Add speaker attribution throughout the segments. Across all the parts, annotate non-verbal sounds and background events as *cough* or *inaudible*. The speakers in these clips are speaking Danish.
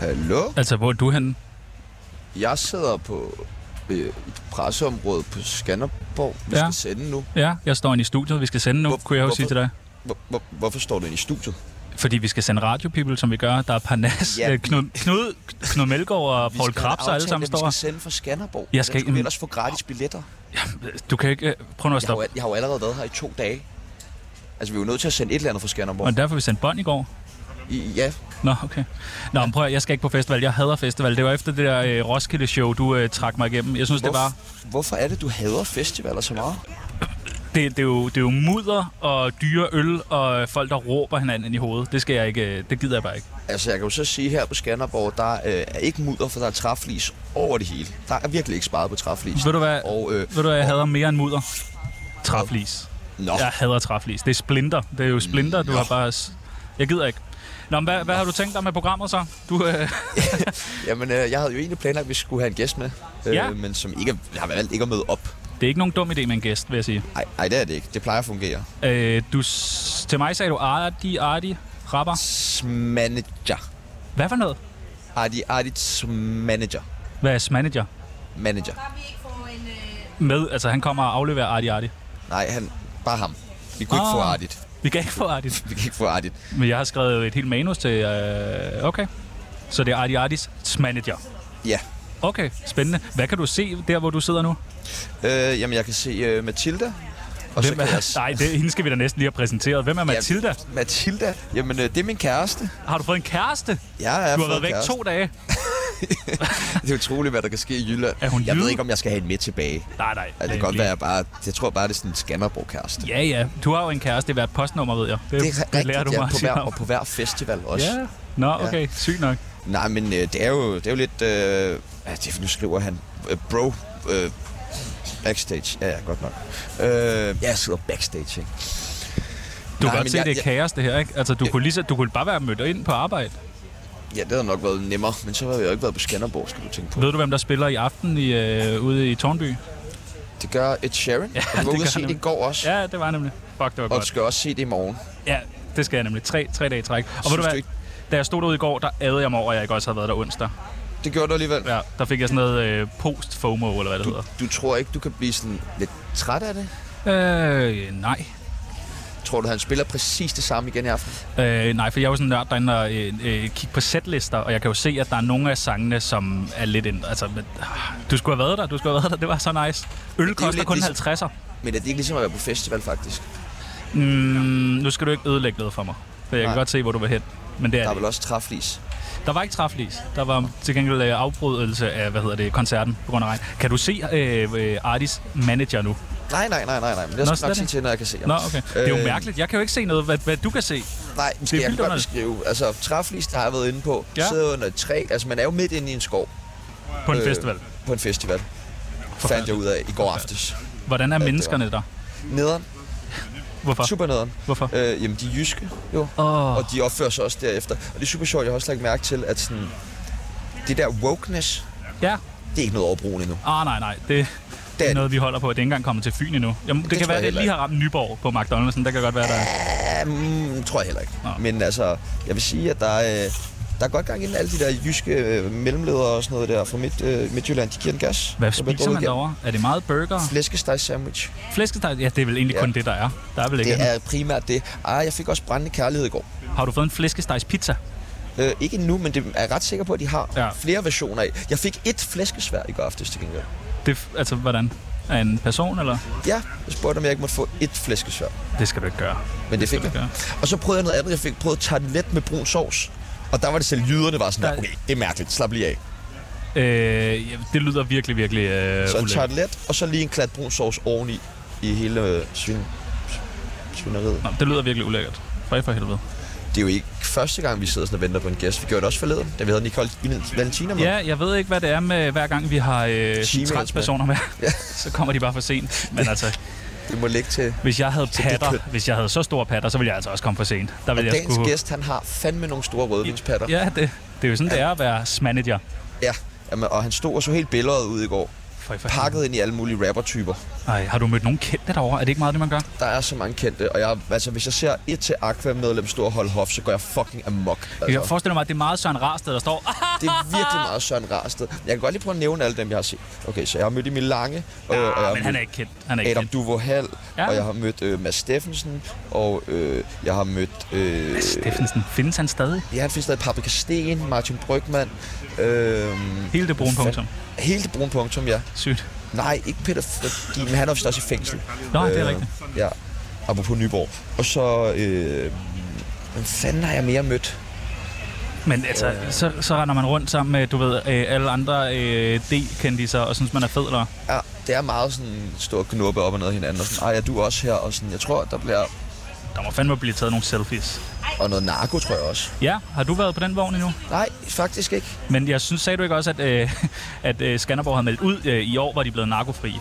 Speaker 1: Hallo?
Speaker 2: Altså, hvor er du henne?
Speaker 1: Jeg sidder på øh, et presseområde på Skanderborg. Vi
Speaker 2: Ja.
Speaker 1: ja. skal sende nu.
Speaker 2: Ja, jeg står inde i studiet. Vi skal sende nu,
Speaker 1: Hvor-
Speaker 2: kunne jeg jo sige til
Speaker 1: hvorfor?
Speaker 2: dig.
Speaker 1: Hvor, hvor, hvorfor står du inde i studiet?
Speaker 2: Fordi vi skal sende Radio People, som vi gør. Der er Parnas,
Speaker 1: Ja.
Speaker 2: ja. Knud, Knud, Knud Melgaard og Paul Krabs og alle sammen
Speaker 1: Vi
Speaker 2: står
Speaker 1: skal sende fra Skanderborg.
Speaker 2: Jeg skal
Speaker 1: Hvordan
Speaker 2: ikke-
Speaker 1: skulle vi ellers få gratis billetter?
Speaker 2: Du kan ikke... øh, Prøv nu at
Speaker 1: Jeg har, jo,
Speaker 2: stoppe.
Speaker 1: al- jeg har jo allerede været her i to dage. Altså, vi er jo nødt til at sende et eller andet fra Skanderborg.
Speaker 2: Og derfor vi sendte bånd i går.
Speaker 1: I, ja,
Speaker 2: Nå, okay. Nå, men prøv at, jeg skal ikke på festival. Jeg hader festival. Det var efter det der øh, Roskilde-show, du øh, trak mig igennem. Jeg synes, det var...
Speaker 1: Hvorf- Hvorfor er det, du hader festivaler så meget?
Speaker 2: Det, det, er jo, det er jo mudder og dyre øl og øh, folk, der råber hinanden i hovedet. Det skal jeg ikke... øh, Det gider jeg bare ikke.
Speaker 1: Altså, jeg kan jo så sige her på Skanderborg, der øh, er ikke mudder, for der er træflis over det hele. Der er virkelig ikke sparet på træflis.
Speaker 2: Ved du hvad,
Speaker 1: Og, øh,
Speaker 2: ved du, hvad jeg hader mere end mudder? Træflis.
Speaker 1: nå,
Speaker 2: Jeg hader træflis. Det er splinter. Det er jo splinter, du har bare... s- Jeg gider ikke. Nå, men hvad, hvad har du tænkt dig med programmet så? Du, øh, *laughs*
Speaker 1: jamen, øh, jeg havde jo egentlig planlagt, at vi skulle have en gæst med. Øh,
Speaker 2: Ja.
Speaker 1: Men som ikke har valgt ikke at møde op.
Speaker 2: det er ikke nogen dum idé med en gæst, vil jeg sige.
Speaker 1: Nej, nej, det er det ikke. Det plejer at fungere.
Speaker 2: Øh, du, s- til mig sagde du Ardi, Ardi, Rapper.
Speaker 1: Manager.
Speaker 2: Hvad for noget?
Speaker 1: Ardi, Ardits manager.
Speaker 2: Hvad er manager?
Speaker 1: Manager.
Speaker 3: Bare vi ikke får en... Øh,
Speaker 2: Med, altså han kommer og afleverer Ardi, Ardi.
Speaker 1: Nej, han, bare ham. Vi kunne ikke
Speaker 2: Ah.
Speaker 1: få Ardit.
Speaker 2: Vi kan ikke få Ardi.
Speaker 1: Vi kan ikke få Ardit.
Speaker 2: Men jeg har skrevet et helt manus til... Øh, okay. Så det er Ardi Ardis manager.
Speaker 1: Ja.
Speaker 2: Okay, spændende. Hvad kan du se der, hvor du sidder nu?
Speaker 1: Øh, jamen, jeg kan se øh, Mathilda. Og så
Speaker 2: Hvem
Speaker 1: kan jeg
Speaker 2: er,
Speaker 1: s-
Speaker 2: nej, det, hende skal vi da næsten lige have præsenteret. Hvem er Mathilda?
Speaker 1: Ja, Mathilda? Jamen, øh, det er min kæreste.
Speaker 2: Har du fået en kæreste?
Speaker 1: Jeg er
Speaker 2: Du har været væk to dage.
Speaker 1: *laughs* Det er utroligt, hvad der kan ske i Jylland.
Speaker 2: Er hun
Speaker 1: jeg
Speaker 2: jyde?
Speaker 1: ved ikke, om jeg skal have en med tilbage.
Speaker 2: Nej, nej.
Speaker 1: Altså, det kan godt være, jeg bare... Jeg tror bare, det er sådan en Skanderborg-kæreste.
Speaker 2: Ja, ja. Du har jo en kæreste i hvert postnummer, ved jeg.
Speaker 1: Det er rigtigt,
Speaker 2: lærer du
Speaker 1: ja,
Speaker 2: mig at
Speaker 1: på
Speaker 2: sige
Speaker 1: hver,
Speaker 2: om.
Speaker 1: og på hver festival også.
Speaker 2: Ja. Nå, okay. Sygt nok.
Speaker 1: Nej, men øh, det, er jo, det er jo lidt... Øh, ja, det, nu skriver han... Øh, bro... Øh, backstage. Ja, ja, godt nok. Øh, ja, jeg sidder backstage, ikke?
Speaker 2: Du
Speaker 1: Nej,
Speaker 2: kan godt
Speaker 1: men
Speaker 2: se,
Speaker 1: jeg-
Speaker 2: det er
Speaker 1: jeg-
Speaker 2: kaos, det her, ikke? Altså, du,
Speaker 1: Ja.
Speaker 2: kunne lige så, du kunne bare være mødt ind på arbejde.
Speaker 1: Ja, det havde nok været nemmere, men så havde jeg jo ikke været på Skanderborg, skal du tænke på.
Speaker 2: Ved du, hvem der spiller i aften i, øh, ude i Tornby?
Speaker 1: Det gør et Sharon, ja, og du var
Speaker 2: det
Speaker 1: ude
Speaker 2: gør
Speaker 1: at se
Speaker 2: han
Speaker 1: det i går også, ja.
Speaker 2: Ja, det var jeg nemlig. Fuck, det var
Speaker 1: og du
Speaker 2: godt.
Speaker 1: skal også se det i morgen.
Speaker 2: Ja, det skal jeg nemlig. Tre, tre dage i træk. Og ved du
Speaker 1: du
Speaker 2: hvad?
Speaker 1: ikke-
Speaker 2: Da jeg stod derude i går, der adede jeg mig over, at jeg ikke også havde været der onsdag.
Speaker 1: Det gjorde du alligevel.
Speaker 2: Ja, der fik jeg sådan noget øh, post-FOMO, eller hvad det hedder.
Speaker 1: Du tror ikke, du kan blive sådan lidt træt af det?
Speaker 2: Øh, nej.
Speaker 1: Tror du, han spiller præcis det samme igen i aften?
Speaker 2: Øh, nej, for jeg er jo sådan en nørd, der er inde og øh, øh, kigge på setlister, og jeg kan jo se, at der er nogle af sangene, som er lidt... Ind, altså, men, ah, du skulle have været der, du skulle have været der, det var så nice. Øl
Speaker 1: lidt
Speaker 2: koster kun
Speaker 1: ligesom-
Speaker 2: 50'er.
Speaker 1: Men er det ikke ligesom at være på festival, faktisk?
Speaker 2: Mm, nu skal du ikke ødelægge noget for mig, for jeg
Speaker 1: Nej.
Speaker 2: kan godt se, hvor du vil hen. Men det er
Speaker 1: Der er
Speaker 2: det.
Speaker 1: vel også træflis.
Speaker 2: ikke. der var ikke træflis. Der var til gengæld øh, afbrydelse af, hvad hedder det, koncerten på grund af regn. Kan du se øh, øh, Artis manager nu?
Speaker 1: Nej, nej, nej, nej, nej. Men jeg skal
Speaker 2: slet
Speaker 1: nok sige
Speaker 2: ikke.
Speaker 1: til, når jeg kan se ham.
Speaker 2: Nå, okay. Det
Speaker 1: Øh.
Speaker 2: er jo mærkeligt. Jeg kan jo ikke se noget, hvad, hvad du kan se.
Speaker 1: Nej, men skal
Speaker 2: Det er
Speaker 1: jeg
Speaker 2: vildt
Speaker 1: godt
Speaker 2: underligt.
Speaker 1: beskrive. Altså, træflis, der har jeg været inde på,
Speaker 2: Ja.
Speaker 1: ja. sidder under et træ. Altså, man er jo midt inde i en skov
Speaker 2: På en
Speaker 1: Øh.
Speaker 2: festival.
Speaker 1: på en festival. Fandt jeg ud af i går aftes.
Speaker 2: Hvordan er menneskerne der?
Speaker 1: Nederen.
Speaker 2: Hvorfor?
Speaker 1: Super Øh. nederen.
Speaker 2: Hvorfor?
Speaker 1: Øh, jamen, de er jyske, jo.
Speaker 2: Åh,
Speaker 1: Og de opfører sig også derefter. Og det er super sjovt, jeg har også lagt mærke til, at sådan, det der wokeness,
Speaker 2: ja.
Speaker 1: det er ikke noget overbrugende endnu.
Speaker 2: Ah, nej, nej. Det, det er
Speaker 1: Den.
Speaker 2: noget, vi holder på. Det er ikke engang kommet til Fyn endnu. Jamen, det, det
Speaker 1: tror
Speaker 2: kan
Speaker 1: jeg
Speaker 2: være, at det
Speaker 1: heller
Speaker 2: lige har ramt Nyborg på McDonald'sen. Der kan godt være, der er-
Speaker 1: Ja, mm, tror jeg heller ikke.
Speaker 2: Nå.
Speaker 1: Men altså, jeg vil sige, at der er, øh, der er godt gang i alle de der jyske øh, mellemledere og sådan noget der fra midt, øh, Midtjylland. De giver en gas.
Speaker 2: Hvad
Speaker 1: Der bliver
Speaker 2: spiser
Speaker 1: drukket
Speaker 2: man
Speaker 1: igennem.
Speaker 2: derovre? Er det meget burger?
Speaker 1: Flæskesteg sandwich.
Speaker 2: Flæskesteg? Ja, det er vel egentlig
Speaker 1: Ja.
Speaker 2: kun det, der er. Der er vel ikke
Speaker 1: Det
Speaker 2: andet.
Speaker 1: er primært det. Ah, jeg fik også brændende kærlighed i går.
Speaker 2: Har du fået en flæskestegspizza?
Speaker 1: Øh, ikke endnu, men det er jeg ret sikker på, at de har
Speaker 2: Ja.
Speaker 1: ja. flere versioner af. Jeg fik et flæskesvær i går aftes til gengæld.
Speaker 2: Det, f- altså, hvordan? Er en person, eller?
Speaker 1: Ja, jeg spurgte, om jeg ikke måtte få et flæskesvær.
Speaker 2: Det skal du ikke gøre.
Speaker 1: Men det fik
Speaker 2: skal du
Speaker 1: jeg. Og så prøvede jeg noget andet. Jeg fik prøvet tartelet med brun sovs. Og der var det selv jyderne var sådan,
Speaker 2: Der-
Speaker 1: der, okay, det er mærkeligt, slap lige af.
Speaker 2: Øh, ja, det lyder virkelig, virkelig øh,
Speaker 1: Så en
Speaker 2: ulækkert.
Speaker 1: tartelet, og så lige en klat brun sovs oveni i hele øh, svin, svineriet.
Speaker 2: Nå, det lyder virkelig ulækkert. Fred for helvede.
Speaker 1: Det er jo ikke første gang, vi sidder sådan og venter på en gæst. Vi gjorde det også forleden, da vi havde Nicole Valentina med.
Speaker 2: Ja, jeg ved ikke, hvad det er med, hver gang vi har øh, sådan
Speaker 1: Gmails
Speaker 2: transpersoner med. så kommer de bare for sent. Men altså,
Speaker 1: Det må ligge til.
Speaker 2: hvis jeg
Speaker 1: *laughs*
Speaker 2: havde
Speaker 1: det er
Speaker 2: patter, hvis jeg havde så store patter, så ville jeg altså også komme for sent. Der
Speaker 1: Og
Speaker 2: ville jeg
Speaker 1: dagens gæst, han har fandme nogle store rødvinspatter.
Speaker 2: Ja, det, det er jo sådan, det er at være manager.
Speaker 1: Ja, jamen, og han stod og så helt billedet ud i går.
Speaker 2: Fred for helvede.
Speaker 1: Pakket ind i alle mulige rappertyper.
Speaker 2: Ej, har du mødt nogen kendte derovre? Er det ikke meget, det man gør?
Speaker 1: Der er så mange kendte, og jeg, altså, hvis jeg ser et til Aqua-medlem stå og holde hof, så går jeg fucking amok.
Speaker 2: Jeg
Speaker 1: Altså. Øh,
Speaker 2: forestiller mig, at det er meget Søren Rarsted, der står, "Ah,
Speaker 1: Det er virkelig meget Søren Rarsted. Jeg kan godt lige prøve at nævne alle dem, jeg har set. Okay, så jeg har mødt Emil Lange, og, og jeg har
Speaker 2: Ja, Ah, men han er
Speaker 1: mødt
Speaker 2: ikke kendt. Han er ikke
Speaker 1: Adam
Speaker 2: kendt.
Speaker 1: Duvå Hall,
Speaker 2: Ja.
Speaker 1: og jeg har mødt øh, Mads Steffensen, og øh, jeg har mødt... Øh,
Speaker 2: Steffensen, findes han stadig?
Speaker 1: Ja, han findes stadig Paprika Sten, Martin Brygman. Øh,
Speaker 2: Hele det brune
Speaker 1: Hvad
Speaker 2: punktum.
Speaker 1: helt det brune punktum, ja.
Speaker 2: Sygt.
Speaker 1: Nej, ikke Peter Fredin, men han er vist også i fængsel. Øh,
Speaker 2: Nå, det er rigtigt.
Speaker 1: Ja, apropos Nyborg. Og så... Øh, hvem fanden har jeg mere mødt?
Speaker 2: Men altså, så, så render man rundt sammen med, du ved, øh, alle andre øh, D-kendiser og synes, man er fed, eller?
Speaker 1: Ja, det er meget sådan stor knuppe op og ned af hinanden. Og sådan, ej, er du også her? Og sådan, jeg tror, der bliver...
Speaker 2: Der må fandme blive taget nogle selfies.
Speaker 1: Og noget narko, tror jeg også.
Speaker 2: Ja, har du været på den vogn endnu?
Speaker 1: Nej, faktisk ikke.
Speaker 2: Men jeg synes, sagde du ikke også, at, øh, *laughs* at øh, Skanderborg havde meldt ud øh, i år, var de blevet narkofri?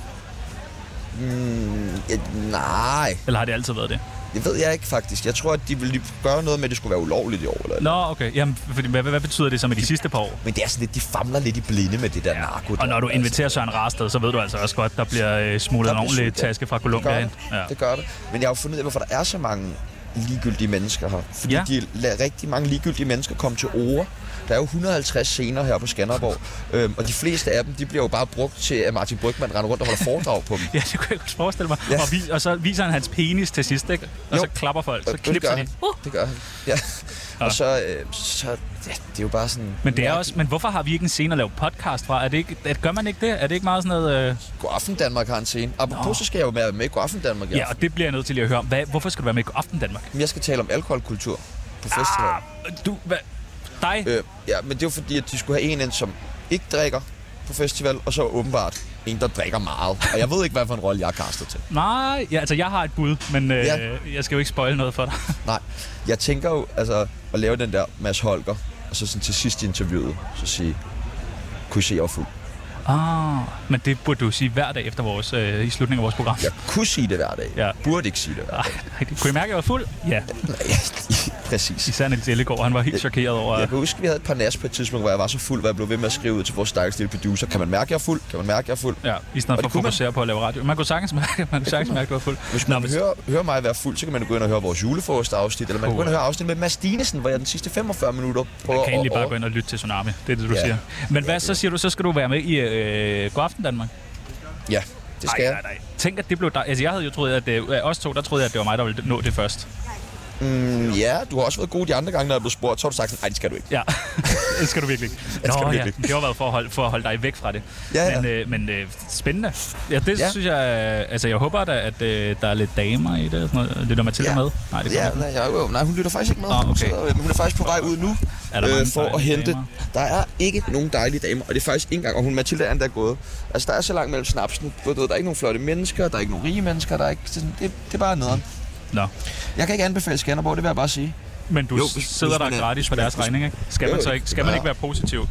Speaker 1: Ja, nej,
Speaker 2: Eller har det altid været det?
Speaker 1: det ved jeg ikke faktisk. Jeg tror, at de ville gøre noget med, at det skulle være ulovligt i år. Eller?
Speaker 2: Nå, okay. Jamen, fordi, hvad, hvad betyder det så med de sidste par år?
Speaker 1: Men det er sådan lidt, de famler lidt i blinde med det der narko. Altså,
Speaker 2: Og når du
Speaker 1: der,
Speaker 2: inviterer Søren Rarsted, så ved du altså også godt, altså. der bliver øh, smuglet
Speaker 1: Der
Speaker 2: en
Speaker 1: bliver
Speaker 2: ordentlig
Speaker 1: smuglet, ja.
Speaker 2: taske fra
Speaker 1: Det gør
Speaker 2: Colombia ind.
Speaker 1: det.
Speaker 2: Ja.
Speaker 1: det gør det. Men jeg har jo fundet ud af, hvorfor der er så mange ligegyldige mennesker her. Fordi
Speaker 2: Ja.
Speaker 1: ja. de lader rigtig mange ligegyldige mennesker komme til ord. Der er jo 150 scener her på Skanderborg, øhm, og de fleste af dem, de bliver jo bare brugt til, at Martin Brygman render rundt og holder foredrag på dem.
Speaker 2: Ja, det kunne jeg godt forestille mig.
Speaker 1: Ja.
Speaker 2: Og, vi, og så viser han hans penis til sidst, ikke? Og
Speaker 1: Jo.
Speaker 2: så klapper folk, *laughs* så
Speaker 1: Og det
Speaker 2: knipser
Speaker 1: gør
Speaker 2: de.
Speaker 1: han. Det gør han. Ja. Og så, øh, så ja, det er jo bare sådan...
Speaker 2: Men det er også, men hvorfor har vi ikke en scene at lave podcast fra? Er det ikke, at gør man ikke det? Er det ikke meget sådan noget... Øh...
Speaker 1: Godaften Danmark har en scene. Apropos,
Speaker 2: Nå.
Speaker 1: så skal jeg jo være med i Godaften Danmark.
Speaker 2: Ja, og det bliver jeg nødt til lige at høre om. Hvad, hvorfor skal du være med i Aften Danmark?
Speaker 1: Jeg skal tale om alkoholkultur på festival. Ah.
Speaker 2: Du, hvad? Dig?
Speaker 1: Øh, ja, men det var fordi, at de skulle have en ind, som ikke drikker på festival, og så åbenbart en, der drikker meget. Og jeg ved ikke, hvad for en rolle jeg er castet til.
Speaker 2: Nej, ja, altså jeg har et bud, men øh,
Speaker 1: Ja.
Speaker 2: jeg skal jo ikke spoil noget
Speaker 1: *laughs*
Speaker 2: for dig.
Speaker 1: Nej, jeg tænker jo altså, at lave den der Mads Holger, og så sådan til sidst i interviewet, så sige, kunne I se, jeg var fuld?
Speaker 2: ah, men det burde du sige hver dag efter vores, øh, i slutningen af vores program.
Speaker 1: Jeg kunne sige det hver dag.
Speaker 2: Ja.
Speaker 1: Burde ikke sige det hver dag.
Speaker 2: Ej, *laughs* nej, det- kunne I mærke, at jeg var fuld?
Speaker 1: *laughs*
Speaker 2: Ja,
Speaker 1: Nej, præcis.
Speaker 2: især Niels Ellegaard, han var helt chokeret over...
Speaker 1: Jeg kan huske, vi havde et par nas på et tidspunkt, hvor jeg var så fuld, hvor jeg blev ved med at skrive ud til vores stakkels lille producer. Kan man mærke, jeg er fuld? Kan man mærke, jeg er fuld?
Speaker 2: Ja, i stedet
Speaker 1: Og
Speaker 2: for at
Speaker 1: det kunne man.
Speaker 2: fokusere på at lave radio. Man kunne sagtens mærke, man kunne sagtens mærke at du var fuld.
Speaker 1: Hvis man hører, hører mig være fuld, så kan man jo gå ind og høre vores julefrokostafsnit, eller man kan gå ind og høre afsnit med Mads Stinesen, hvor jeg den sidste 45 minutter prøver
Speaker 2: Man kan egentlig
Speaker 1: at-
Speaker 2: bare
Speaker 1: at-
Speaker 2: gå ind og lytte til Tsunami. Det er det, du
Speaker 1: Ja.
Speaker 2: siger. Men hvad så siger du? Så skal du være med i øh, Godaften Danmark?
Speaker 1: Ja, det skal jeg.
Speaker 2: nej. Tænk, at det blev dig. Altså, jeg havde jo troet, at det, øh, os to, der troede jeg, at det var mig, der ville nå det først.
Speaker 1: Mm, ja, du har også været god de andre gange, når jeg blev spurgt, så har du sagt sådan, nej, det skal du ikke.
Speaker 2: Ja, *laughs* det skal du virkelig ikke.
Speaker 1: Det skal
Speaker 2: Nå,
Speaker 1: du
Speaker 2: ja.
Speaker 1: virkelig ikke.
Speaker 2: Det har været for at holde, for at holde dig væk fra det.
Speaker 1: Ja, ja.
Speaker 2: Men, øh, men øh, spændende. Ja, det ja.
Speaker 1: Ja.
Speaker 2: synes jeg... øh, Altså, jeg håber da, at øh, der er lidt damer i det. og Sådan noget. Lytter Mathilde
Speaker 1: Ja.
Speaker 2: med? Nej, det
Speaker 1: Ja,
Speaker 2: kommer
Speaker 1: nej, jeg, jo, nej, hun lytter faktisk ikke med.
Speaker 2: Nå, okay.
Speaker 1: Hun sidder- øh, hun er faktisk på vej ud nu øh,
Speaker 2: Er der mange
Speaker 1: for at
Speaker 2: dejlige
Speaker 1: hente.
Speaker 2: damer?
Speaker 1: Der er ikke nogen dejlige damer, og det er faktisk ikke engang, og hun Mathilde er endda gået. Altså, der er så langt mellem snapsene. Du ved, Der er ikke nogen flotte mennesker, der er ikke nogen rige mennesker, der er ikke... sådan- Det, det er bare nederen.
Speaker 2: ikke. Nå.
Speaker 1: Jeg kan ikke anbefale Skanderborg, det vil jeg bare sige.
Speaker 2: Men du
Speaker 1: Jo,
Speaker 2: jo,
Speaker 1: hvis-
Speaker 2: sidder
Speaker 1: hvis
Speaker 2: der
Speaker 1: man er-
Speaker 2: gratis på
Speaker 1: hvis man-
Speaker 2: deres regning, ikke? Skal
Speaker 1: Jo,
Speaker 2: man, så
Speaker 1: jo,
Speaker 2: ikke, skal man
Speaker 1: bare-
Speaker 2: ikke være positiv?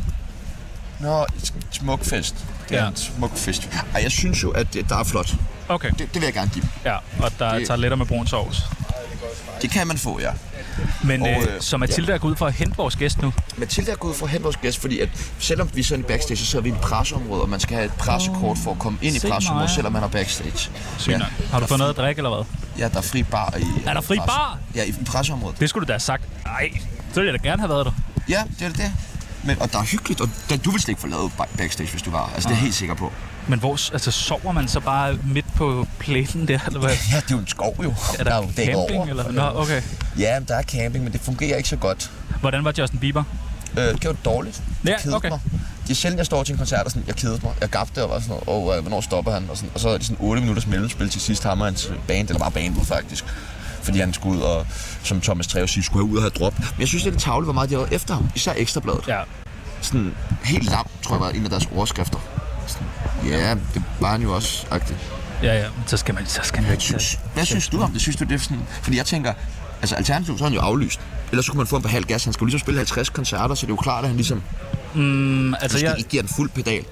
Speaker 1: Nå, smuk fest. Det er
Speaker 2: Ja.
Speaker 1: ja. en smuk fest. Ej, jeg synes jo, at det, der er flot.
Speaker 2: Okay,
Speaker 1: Det, det vil jeg gerne give dem.
Speaker 2: ja. Og der er
Speaker 1: Det-
Speaker 2: tarteletter med brun sovs.
Speaker 1: Det kan man få, ja.
Speaker 2: Men
Speaker 1: Og,
Speaker 2: øh,
Speaker 1: øh,
Speaker 2: så Mathilde er gået ud for at hente vores gæst nu.
Speaker 1: Mathilde er gået for at hente vores gæst, fordi at selvom vi sidder i backstage, så sidder vi i et presseområde, og man skal have et pressekort for at komme ind i
Speaker 2: Se mig.
Speaker 1: presseområdet, selvom man er backstage.
Speaker 2: Sygt nok. Har du fået noget at drikke, eller hvad?
Speaker 1: Ja, der er fri bar i...
Speaker 2: Er der fri bar?
Speaker 1: Ja, i, i presseområdet.
Speaker 2: Det skulle du da have sagt. Nej, så ville jeg da gerne have været der.
Speaker 1: Ja, det er det. Men, og der er hyggeligt, og der, du ville slet ikke få lavet ba- backstage, hvis du var her. Altså, det er jeg helt sikker på.
Speaker 2: Men hvor, altså, sover man så bare midt på plænen der, eller hvad?
Speaker 1: Ja, det er jo en skov jo.
Speaker 2: Er der, camping, eller? Nå, okay.
Speaker 1: Ja, men der er camping, men det fungerer ikke så godt.
Speaker 2: Hvordan var Justin Bieber?
Speaker 1: Øh, det gjorde det dårligt. Jeg
Speaker 2: Ja,
Speaker 1: kedede
Speaker 2: okay.
Speaker 1: mig. Det er sjældent, jeg står til en koncert og sådan, jeg kedede mig. Jeg gabte og var sådan noget, og øh, hvornår stopper han? Og, sådan, og så er det sådan 8 minutters mellemspil til sidst, ham og hans band, eller bare bandet faktisk. Fordi han skulle ud og, som Thomas Treves siger, skulle have ud og have drop. Men jeg synes, det er lidt tavligt, hvor meget de har været efter ham. Især Ekstrabladet.
Speaker 2: Ja.
Speaker 1: Sådan helt lam, tror jeg var en af deres overskrifter. Sådan, Ja, det var han jo også, agtigt.
Speaker 2: Ja, ja, så skal man, så skal man
Speaker 1: Jeg synes, hvad synes du om det? Synes du, det er sådan... Fordi jeg tænker, altså alternativt, så er han jo aflyst. Ellers så kunne man få ham på halv gas. Han skal jo ligesom spille 50 koncerter, så det er jo klart, at han ligesom
Speaker 2: Mm, altså,
Speaker 1: måske
Speaker 2: jeg,
Speaker 1: ikke giver den fuld pedal.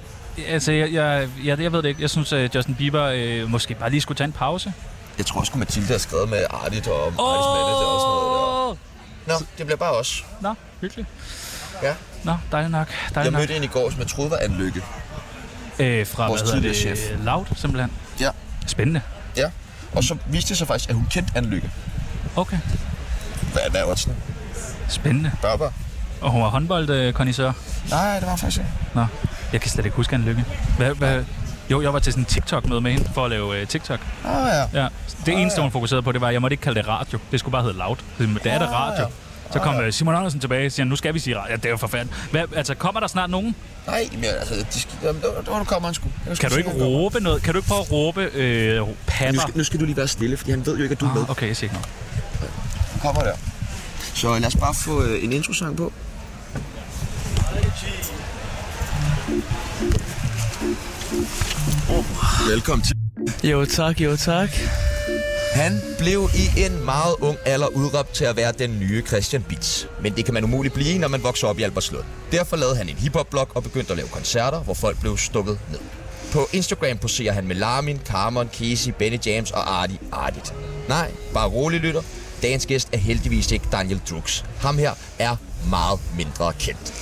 Speaker 2: altså jeg, jeg, jeg, jeg ved det ikke. Jeg synes, at Justin Bieber øh, måske bare lige skulle tage en pause.
Speaker 1: Jeg tror sgu, Mathilde har skrevet med Artit og Artis Manager og sådan noget.
Speaker 2: Åh!
Speaker 1: Der. Nå, det bliver bare os.
Speaker 2: Nå, hyggeligt.
Speaker 1: Ja.
Speaker 2: Nå, dejligt nok.
Speaker 1: Jeg
Speaker 2: Dejligt nok.
Speaker 1: mødte en i går, som jeg troede var Anne Lykke.
Speaker 2: Øh, fra,
Speaker 1: vores
Speaker 2: hvad hedder det?
Speaker 1: tidligere
Speaker 2: Chef. Loud, simpelthen.
Speaker 1: Ja.
Speaker 2: Spændende.
Speaker 1: Ja. Og så viste det sig faktisk, at hun kendte Anne Lykke.
Speaker 2: Okay.
Speaker 1: Hvad, hvad var det sådan?
Speaker 2: Spændende.
Speaker 1: Børber.
Speaker 2: Og hun var håndboldkondisør.
Speaker 4: Nej, det var faktisk ikke.
Speaker 2: Nå, jeg kan slet ikke huske Anne Lykke. Hvad, hvad? Jo, jeg var til sådan en TikTok-møde med hende for at lave øh, TikTok.
Speaker 4: Ah, ja.
Speaker 2: Ja. Det eneste, hun fokuserede på, det var, at jeg måtte ikke kalde det radio. Det skulle bare hedde loud. Så, Men det er da
Speaker 4: Ah,
Speaker 2: radio.
Speaker 4: ja.
Speaker 2: Så kom øh, Simon Andersen tilbage og siger, nu skal vi sige radio. Ja, det er jo for fanden. Hvad, altså, kommer der snart nogen?
Speaker 4: Nej, men altså, de skal, jamen, der, der, der kommer han sgu. Jeg er sgu
Speaker 2: Kan du ikke
Speaker 4: sikker, der kommer.
Speaker 2: råbe noget? Kan du ikke prøve at råbe øh,
Speaker 4: Nu
Speaker 2: patter?
Speaker 4: skal, nu skal du lige være stille, fordi han ved jo ikke, at du er med.
Speaker 2: Ah, okay, jeg siger ikke noget.
Speaker 4: Han kommer der. Så lad os bare få øh, en introsang på. Velkommen til.
Speaker 3: Jo tak, jo tak.
Speaker 1: Han blev i en meget ung alder udråbt til at være den nye Christian Beats. Men det kan man umuligt blive, når man vokser op i Albertslund. Derfor lavede han en hiphop-blog og begyndte at lave koncerter, hvor folk blev stukket ned. På Instagram poserer han med Lamin, Carmon, Casey, Benny James og Artie Artit. Nej, bare rolig lytter. Dagens gæst er heldigvis ikke Daniel Drucks. Ham her er meget mindre kendt.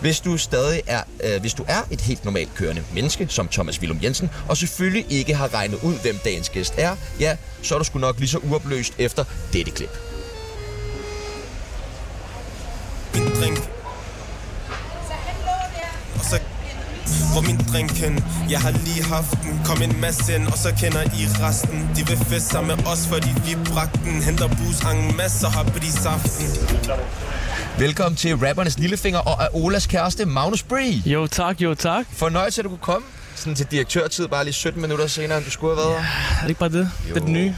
Speaker 1: Hvis du stadig er, øh, hvis du er et helt normalt kørende menneske, som Thomas Willum Jensen, og selvfølgelig ikke har regnet ud, hvem dagens gæst er, ja, så er du sgu nok lige så uopløst efter dette klip.
Speaker 5: min drink Og så hvor min drink hen Jeg har lige haft den Kom en masse ind Og så kender I resten De vil feste sammen med os Fordi vi bragte den Henter busangen masser Hopper i saften
Speaker 1: Velkommen til rappernes lillefinger og Aolas kæreste, Magnus Bree.
Speaker 3: Jo tak, jo tak.
Speaker 1: Fornøjelse, at du kunne komme sådan til direktørtid, bare lige 17 minutter senere, end du skulle have været. her.
Speaker 3: Er det ikke bare det? Jo. Det er det nye.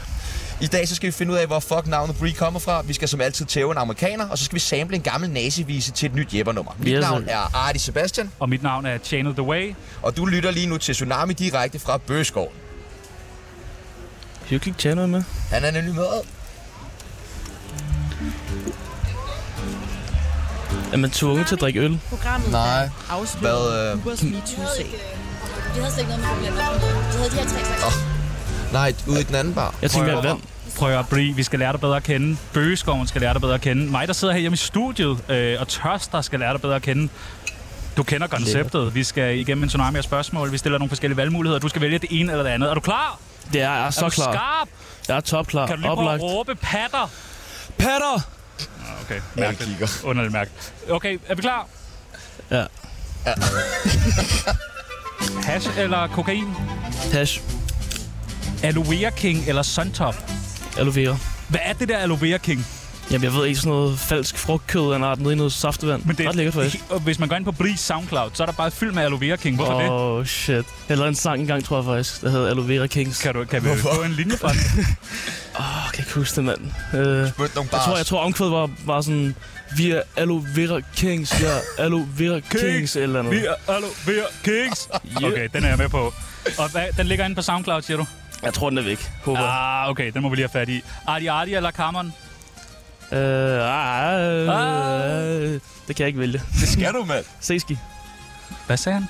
Speaker 1: I dag så skal vi finde ud af, hvor fuck navnet Bree kommer fra. Vi skal som altid tæve en amerikaner, og så skal vi sample en gammel nazivise til et nyt jæppernummer. Mit
Speaker 3: Yes,
Speaker 1: navn
Speaker 3: sir.
Speaker 1: er Artie Sebastian,
Speaker 2: Og mit navn er Channel The Way.
Speaker 1: og du lytter lige nu til Tsunami direkte fra Bøgeskov.
Speaker 3: Hyggeligt channel med.
Speaker 1: Han er nemlig med.
Speaker 3: Er man tvunget til at drikke øl?
Speaker 6: Programmet
Speaker 4: Nej.
Speaker 6: afslører
Speaker 1: Hvad, øh,
Speaker 6: Ubers MeToo-sag.
Speaker 3: øh,
Speaker 7: Vi havde slet ikke noget med problemer. Vi havde de her tre slags.
Speaker 1: Åh. øh, Nej, ude i den anden bar.
Speaker 3: Jeg tænker, hvad?
Speaker 2: Prøv at Brie, vi skal lære dig bedre at kende. Bøgeskoven skal lære dig bedre at kende. Mig, der sidder her hjemme i studiet, øh, og Tørster skal lære dig bedre at kende. Du kender konceptet. Vi skal igennem en tsunami af spørgsmål. Vi stiller nogle forskellige valgmuligheder. Du skal vælge det ene eller det andet. Er du klar?
Speaker 3: Det er jeg er så
Speaker 2: er du
Speaker 3: klar.
Speaker 2: skarp?
Speaker 3: Jeg er topklar.
Speaker 2: Kan du lige prøve
Speaker 3: Oplagt.
Speaker 2: at råbe patter?
Speaker 3: Patter!
Speaker 2: Okay, mærkeligt. Underligt mærkeligt. Okay, er vi klar?
Speaker 3: Ja.
Speaker 2: *laughs* Hash eller kokain?
Speaker 3: Hash.
Speaker 2: Aloe Vera King eller Suntop?
Speaker 3: Aloe vera.
Speaker 2: Hvad er det der Aloe Vera King?
Speaker 3: Jamen, jeg ved ikke sådan noget falsk frugtkød af en art nede i noget saftevand.
Speaker 2: Men det er-
Speaker 3: Ret lækkert faktisk.
Speaker 2: Og Hvis man går ind på Brie Soundcloud, så er der bare fyldt med Aloe Vera King. *laughs* Hvorfor det?
Speaker 3: Åh, oh, shit. Jeg lavede en sang engang, tror jeg faktisk, der hedder Aloe Vera Kings.
Speaker 2: Kan, du, kan vi få en linje fra
Speaker 3: *laughs*
Speaker 2: den?
Speaker 3: Åh, jeg kan ikke huske det, mand. Øh,
Speaker 1: Mødte nogle
Speaker 3: jeg
Speaker 1: bars.
Speaker 3: tror, jeg tror omkvædet var, var sådan, vi er Aloe Vera Kings, vi er Aloe Vera Kings, Kings eller noget.
Speaker 2: Vi er Aloe Vera Kings. Okay, den er jeg med på. Og hvad, den ligger inde på SoundCloud, siger du?
Speaker 3: Jeg tror, den er væk. Håber. Ah.
Speaker 2: Ah, okay, den må vi lige have fat i. Arti Arti eller Carmen?
Speaker 3: Øh, ah, øh,
Speaker 2: Ah.
Speaker 3: ah. Det kan jeg ikke vælge.
Speaker 1: Det skal du, mand.
Speaker 3: Seski.
Speaker 2: Hvad sagde han?